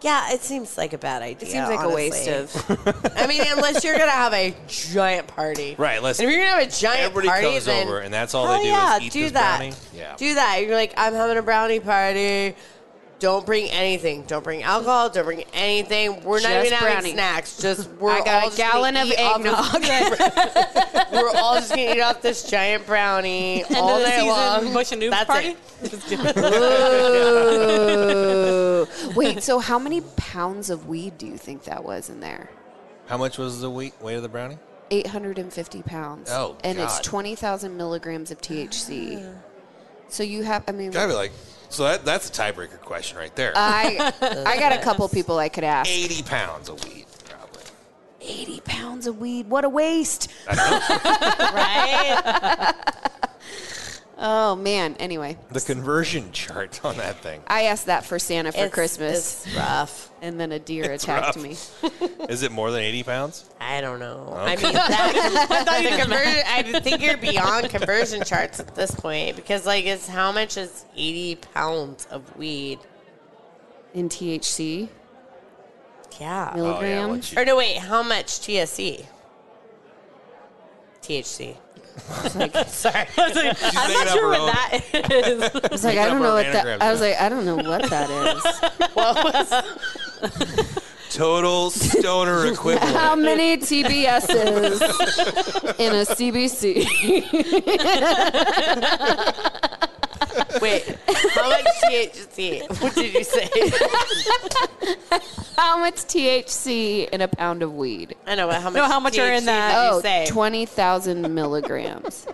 S5: yeah, it seems like a bad idea.
S4: It seems like a waste
S5: honestly.
S4: of.
S5: I mean, unless you're gonna have a giant party,
S2: Right, let's-
S5: And if you're gonna have a giant
S2: Everybody
S5: party,
S2: comes
S5: then,
S2: over and that's all
S5: hell
S2: they do is
S5: yeah,
S2: eat
S5: do
S2: this
S5: that.
S2: brownie? Yeah.
S5: do that. You're like, I'm having a brownie party. Don't bring anything. Don't bring alcohol. Don't bring anything. We're not
S4: Just
S5: even
S4: brownie.
S5: having snacks. Just we're
S4: I got
S5: all
S4: a
S5: just
S4: gallon
S5: gonna
S4: of
S5: eat off
S4: eggnog.
S5: We're all just gonna eat off this giant brownie all
S3: of the
S5: day
S3: season
S5: long.
S3: Bush and Noob
S5: That's
S3: party?
S5: It.
S4: Wait, so how many pounds of weed do you think that was in there?
S2: How much was the weight, weight of the brownie?
S4: 850 pounds.
S2: Oh,
S4: And it's
S2: God.
S4: 20,000 milligrams of THC. So you have, I mean,
S2: Gotta be like, so that, that's a tiebreaker question right there.
S4: I, I got a couple people I could ask.
S2: 80 pounds of weed, probably.
S4: 80 pounds of weed. What a waste.
S5: Right?
S4: Oh, man. Anyway,
S2: The conversion chart on that thing.
S4: I asked that for Santa for
S5: It's-
S4: Christmas.
S5: It's rough.
S4: and then a deer
S2: rough.
S4: attacked me.
S2: Is it more than 80 pounds?
S5: I don't know. I mean, that, the conversion, I think you're beyond conversion charts at this point because, like, it's how much is 80 pounds of weed?
S4: In THC
S5: Yeah.
S2: Oh, yeah.
S4: milligrams.
S2: once
S5: Or
S2: you-
S5: no, wait, how much TSC? THC. Sorry.
S2: she's
S3: I'm
S2: making
S3: not
S2: up her
S3: sure
S2: own-
S3: what that is.
S4: I was like,
S2: Make
S4: I
S2: up
S4: don't know
S2: our
S4: what that,
S2: nanograms
S4: I was
S2: now.
S4: like, I don't know what that is.
S2: Total stoner
S4: How
S2: equivalent.
S4: many TBSs in a CBC?
S5: wait, how much THC? What did you say?
S4: How much THC in a pound of weed?
S5: I know, but how much
S3: No, how much are in
S5: THC
S3: that?
S5: did you
S4: Oh,
S5: say?
S4: 20,000 milligrams.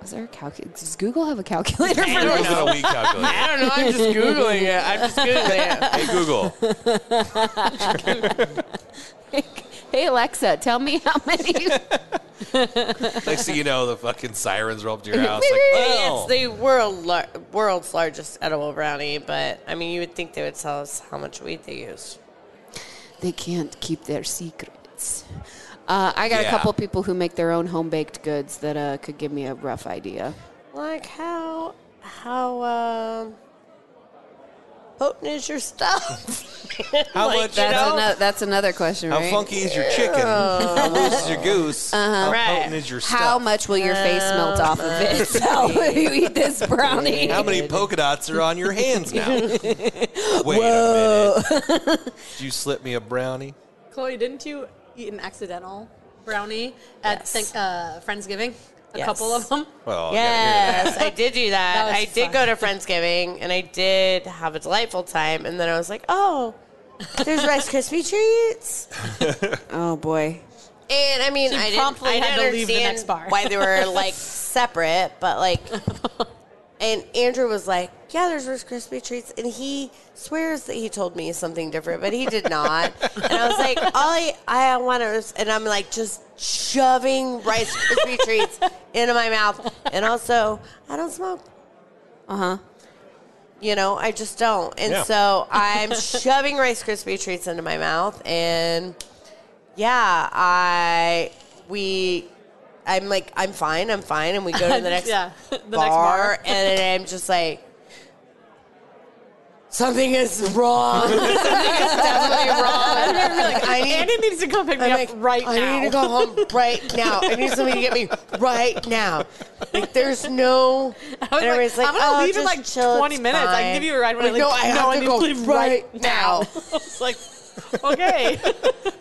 S4: Was there a calculator? Does Google have a calculator for
S2: That was
S4: this?
S2: not a weed calculator.
S5: I don't know. I'm just Googling it. I'm just Googling
S2: Hey,
S5: it.
S2: Google.
S4: Hey, Alexa, tell me how many.
S2: Next thing you know, the fucking sirens roll up to your house. Like,
S5: It's
S2: oh.
S5: the world lar- world's largest edible brownie, but I mean, you would think they would tell us how much weed they use.
S4: they can't keep their secret. nuts. Uh, I got
S2: Yeah.
S4: a couple people who make their own home baked goods that uh, could give me a rough idea.
S5: Like how how um, potent is your stuff?
S2: How
S5: Like,
S2: much?
S4: That's,
S5: you know?
S4: ano- that's another question,
S2: How
S4: right?
S2: funky is your chicken? How loose is your goose? How
S5: Right.
S2: potent is your stuff?
S4: How much will your face melt off of it? So you eat this brownie.
S2: How many polka dots are on your hands now? Wait a minute. Did you slip me a brownie?
S3: Chloe, didn't you eat an accidental brownie at
S7: Yes.
S3: thank, uh, Friendsgiving? A
S5: Yes.
S3: couple of them.
S2: Well, I Oh, gotta hear that.
S5: Yes, I did do that.
S3: That was
S5: I did
S3: fun.
S5: go to Friendsgiving and I did have a delightful time. And then I was like, oh, there's Rice Krispie treats.
S7: Oh boy.
S5: And I mean,
S3: She
S5: I didn't,
S3: promptly
S5: I
S3: had
S5: didn't
S3: to leave the
S5: understand
S3: next bar.
S5: why they were like separate, but like, and Andrew was like, yeah, there's Rice Krispie treats. And he swears that he told me something different, but he did not. and I was like, all I, I want is, and I'm like, just shoving Rice Krispie treats into my mouth. And also, I don't smoke.
S3: Uh-huh.
S5: You know, I just don't. And
S2: Yeah.
S5: so I'm shoving Rice Krispie treats into my mouth and yeah, I we I'm like I'm fine, I'm fine and we go to the next
S3: yeah, the next
S5: bar,
S3: bar.
S5: and then I'm just like something is wrong. something is definitely wrong.
S3: I remember being like,
S5: I need-
S3: Andy needs to come pick me
S5: I'm
S3: up
S5: like,
S3: right
S5: I
S3: now.
S5: need to go home right now. I need somebody to get me right now. Like, there's no.
S3: I was
S5: and everybody's
S3: like, I'm gonna
S5: "Oh,
S3: leave in
S5: just
S3: like
S5: chill,
S3: 20
S5: it's
S3: minutes. I
S5: fine."
S3: can give you a ride when I
S5: Like, no,
S3: leave.
S5: I have
S3: no,
S5: to
S3: need
S5: go
S3: to leave
S5: right
S3: right now.
S5: now.
S3: it's like, okay.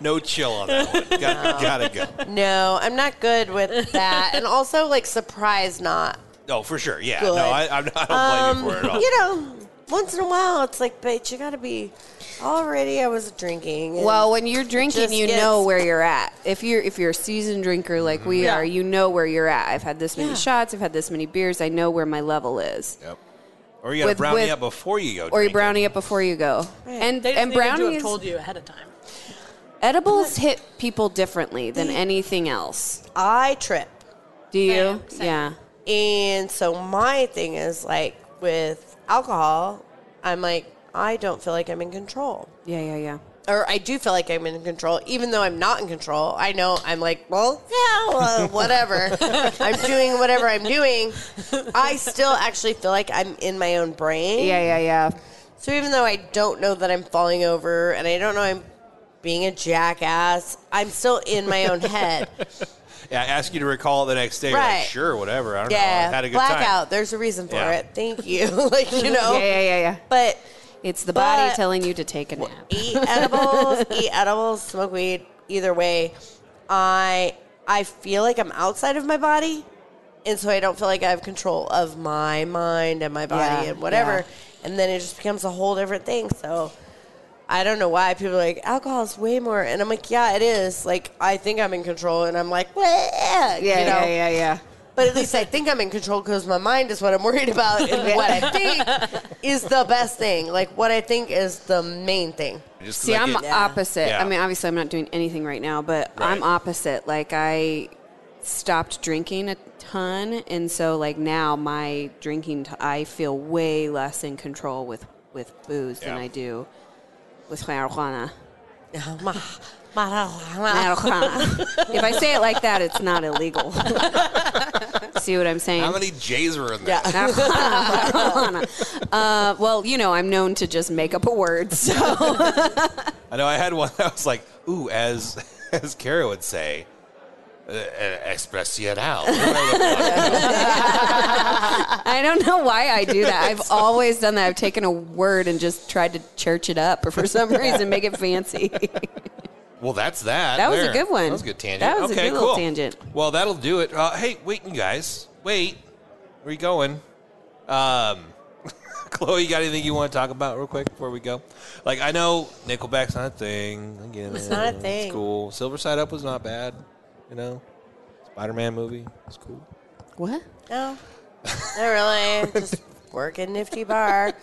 S2: No chill on that one. Got, Gotta go.
S5: No, I'm not good with that. and also, like, surprise not.
S2: No, Oh, for sure. Yeah.
S5: Good.
S2: No, I, I'm not, I don't blame you for it at
S4: Um,
S2: all.
S5: You know, once in a while, it's like, bitch, you gotta be. Already, I was drinking. and-
S4: Well, when you're drinking,
S5: just
S4: you
S5: gets-
S4: know where you're at. If you're if you're a seasoned drinker like we
S3: Yeah.
S4: are, you know where you're at. I've had this many shots. I've had this many beers. I know where my level is.
S2: Yep. Or you got to
S4: With-
S2: brownie
S4: with-
S2: up before you go.
S4: Or you
S2: drinking.
S4: brownie it before you go. And
S3: They just
S4: and
S3: needed to have
S4: brownies,
S3: told you ahead of time.
S4: edibles hit people differently than anything else.
S5: I trip.
S4: Do you?
S3: Same, same.
S4: Yeah.
S5: And so my thing is like with alcohol, I'm like, I don't feel like I'm in control.
S4: Yeah. Yeah. Yeah.
S5: Or I do feel like I'm in control, even though I'm not in control. I know I'm like, well, yeah, well, whatever. I'm doing whatever I'm doing. I still actually feel like I'm in my own brain.
S4: Yeah. Yeah. Yeah.
S5: So even though I don't know that I'm falling over and I don't know I'm being a jackass, I'm still in my own head.
S2: Yeah, I ask you to recall it the next day. You're like,
S5: Right.
S2: sure, whatever. I don't know.
S5: yeah,
S2: I had a good
S5: blackout. There's a reason for
S2: Yeah.
S5: it. Thank you. like you know.
S4: Yeah. Yeah. Yeah. Yeah.
S5: But
S4: It's the body
S5: But-
S4: telling you to take a nap.
S5: eat edibles, eat edibles, smoke weed. Either way, I I feel like I'm outside of my body, and so I don't feel like I have control of my mind and my body
S4: Yeah,
S5: and whatever.
S4: yeah.
S5: And then it just becomes a whole different thing. So I don't know why people are like alcohol is way more, and I'm like, yeah, it is. Like I think I'm in control, and I'm like,
S4: Yeah.
S5: yeah, you know.
S4: Yeah. Yeah. Yeah.
S5: But at least I think I'm in control because my mind is what I'm worried about, and what I think is the best thing. Like what I think is the main thing.
S2: time. Just 'cause
S4: See,
S2: I
S4: I'm
S2: get-
S4: opposite.
S2: Yeah.
S4: I mean, obviously, I'm not doing anything right now, but
S2: Right.
S4: I'm opposite. Like, I stopped drinking a ton, and so like now my drinking, t- I feel way less in control with with booze than
S2: Yeah.
S4: I do with marijuana.
S5: Ma- marijuana.
S4: Marijuana. if I say it like that, it's not illegal. See what I'm saying?
S2: How many J's were in there?
S5: Yeah.
S4: Marijuana. uh, well, you know, I'm known to just make up a word, so
S2: I know I had one that was like, ooh, as as Kara would say, uh, expressional.
S4: I don't know why I do that. I've always done that. I've taken a word and just tried to church it up, or for some reason make it fancy.
S2: well, that's that.
S4: That was a
S2: There.
S4: good one.
S2: That was a good tangent.
S4: That was a
S2: okay,
S4: good
S2: cool.
S4: little tangent.
S2: Well, that'll do it. Uh, hey, wait, you guys. Wait. Where you going? Um, Chloe, you got anything you want to talk about real quick before we go? Like, I know Nickelback's not a thing. I get
S5: It's
S2: it.
S5: not a
S2: It's
S5: thing.
S2: cool. Silver Side Up was not bad. You know, Spider Man movie. It's cool.
S4: what?
S5: No, not really. Just work in Nifty Bar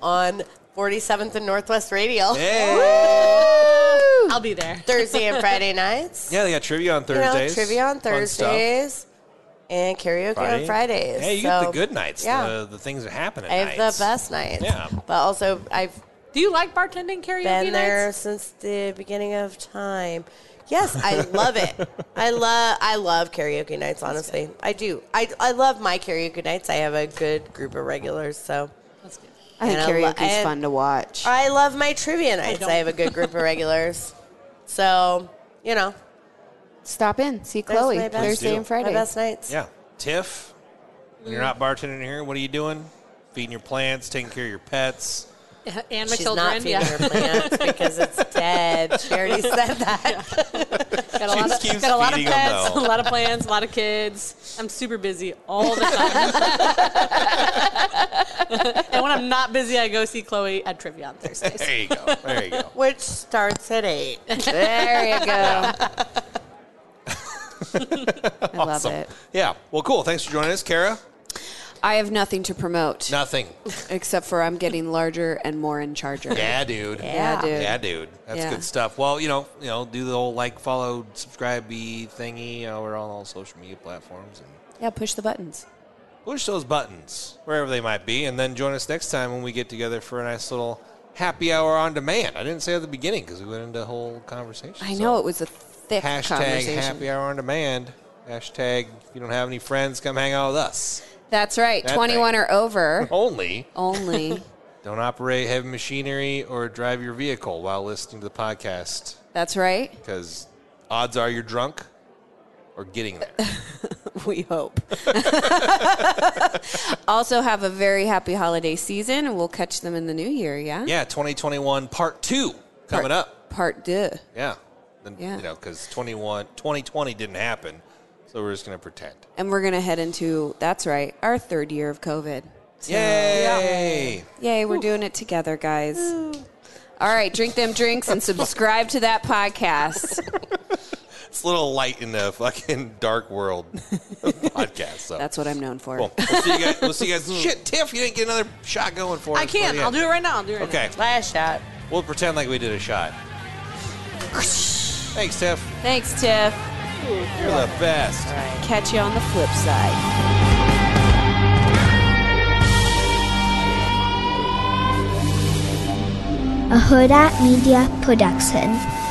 S5: on 47th and Northwest Radio
S2: Hey!
S3: I'll be there.
S5: Thursday and Friday nights.
S2: yeah, they got trivia on
S5: You know,
S2: Thursdays.
S5: trivia on
S2: Fun stuff.
S5: Thursdays and karaoke on Fridays.
S2: Yeah, you get the
S5: So
S2: good nights.
S5: Yeah,
S2: The, the things that happen at
S5: I have
S2: nights.
S5: the best nights.
S2: Yeah.
S5: but also I've
S3: Do you like bartending karaoke
S5: been there
S3: nights?
S5: since the beginning of time. Yes, I love it. I love I love karaoke nights. Honestly, I do. I, I love my karaoke nights. I have a good group of regulars, so
S4: I think
S5: And I lo-
S4: karaoke is
S5: and-
S4: fun to watch.
S5: I love my trivia nights. I, have a good group of regulars, so you know,
S4: Stop in, see
S5: there's
S4: Chloe
S5: my best-
S4: Thursday and Friday.
S5: My best nights.
S2: Yeah. Tiff, when you're not bartending here, what are you doing? Feeding your plants, taking care of your pets.
S3: and my
S5: She's not
S3: children.
S5: feeding
S3: Yeah,
S5: her plants because it's dead. She already said that.
S2: She
S3: got a lot
S2: just keeps
S3: of, got a lot of
S2: feeding 'em,
S3: pets, a
S2: though.
S3: lot of plans, a lot of kids. I'm super busy all the time. and when I'm not busy, I go see Chloe at trivia on Thursdays.
S2: There you go. There you go.
S5: Which starts at eight.
S4: There you go. I love
S2: Awesome.
S4: it.
S2: Yeah. Well, cool. Thanks for joining us, Kara.
S4: I have nothing to promote
S2: Nothing.
S4: except for I'm getting larger and more in charger.
S2: Yeah, dude.
S4: Yeah, dude.
S2: Yeah, dude. That's
S4: Yeah.
S2: good stuff. Well, you know, you know, do the whole like, follow, subscribe, be thingy. You know, we're on all social media platforms and
S4: Yeah, push the buttons.
S2: push those buttons wherever they might be, and then join us next time when we get together for a nice little happy hour on demand. I didn't say at the beginning because we went into a whole conversation.
S4: I
S2: so-
S4: know it was a thick
S2: Hashtag
S4: conversation.
S2: happy hour on demand. Hashtag if you don't have any friends, come hang out with us.
S4: That's right.
S2: That
S4: 21
S2: thing.
S4: or over
S2: Only
S4: only.
S2: don't operate heavy machinery or drive your vehicle while listening to the podcast
S4: That's right.
S2: because odds are you're drunk or getting there.
S4: We hope. also have a very happy holiday season and we'll catch them in the new year, yeah?
S2: yeah, 2021 part two coming up.
S4: Part deux.
S2: Yeah. Then,
S4: Yeah.
S2: You know, because 2020 didn't happen. So we're just going to pretend.
S4: And we're going to head into, that's right, our third year of COVID. So-
S2: Yay.
S4: Yay, we're doing it together, guys. All right, drink them drinks and subscribe to that podcast.
S2: It's a little light in the fucking dark world podcast. So.
S4: That's what I'm known for.
S2: Cool. We'll see you guys. We'll see you guys. Shit, Tiff, you didn't get another shot going for us.
S3: I can. I'll do it right now. I'll do it right
S2: Okay,
S5: Last shot.
S2: we'll pretend like we did a shot. Thanks, Tiff.
S4: Thanks, Tiff.
S2: You're the best.
S4: Catch you on the flip side.
S11: a Huda Media production.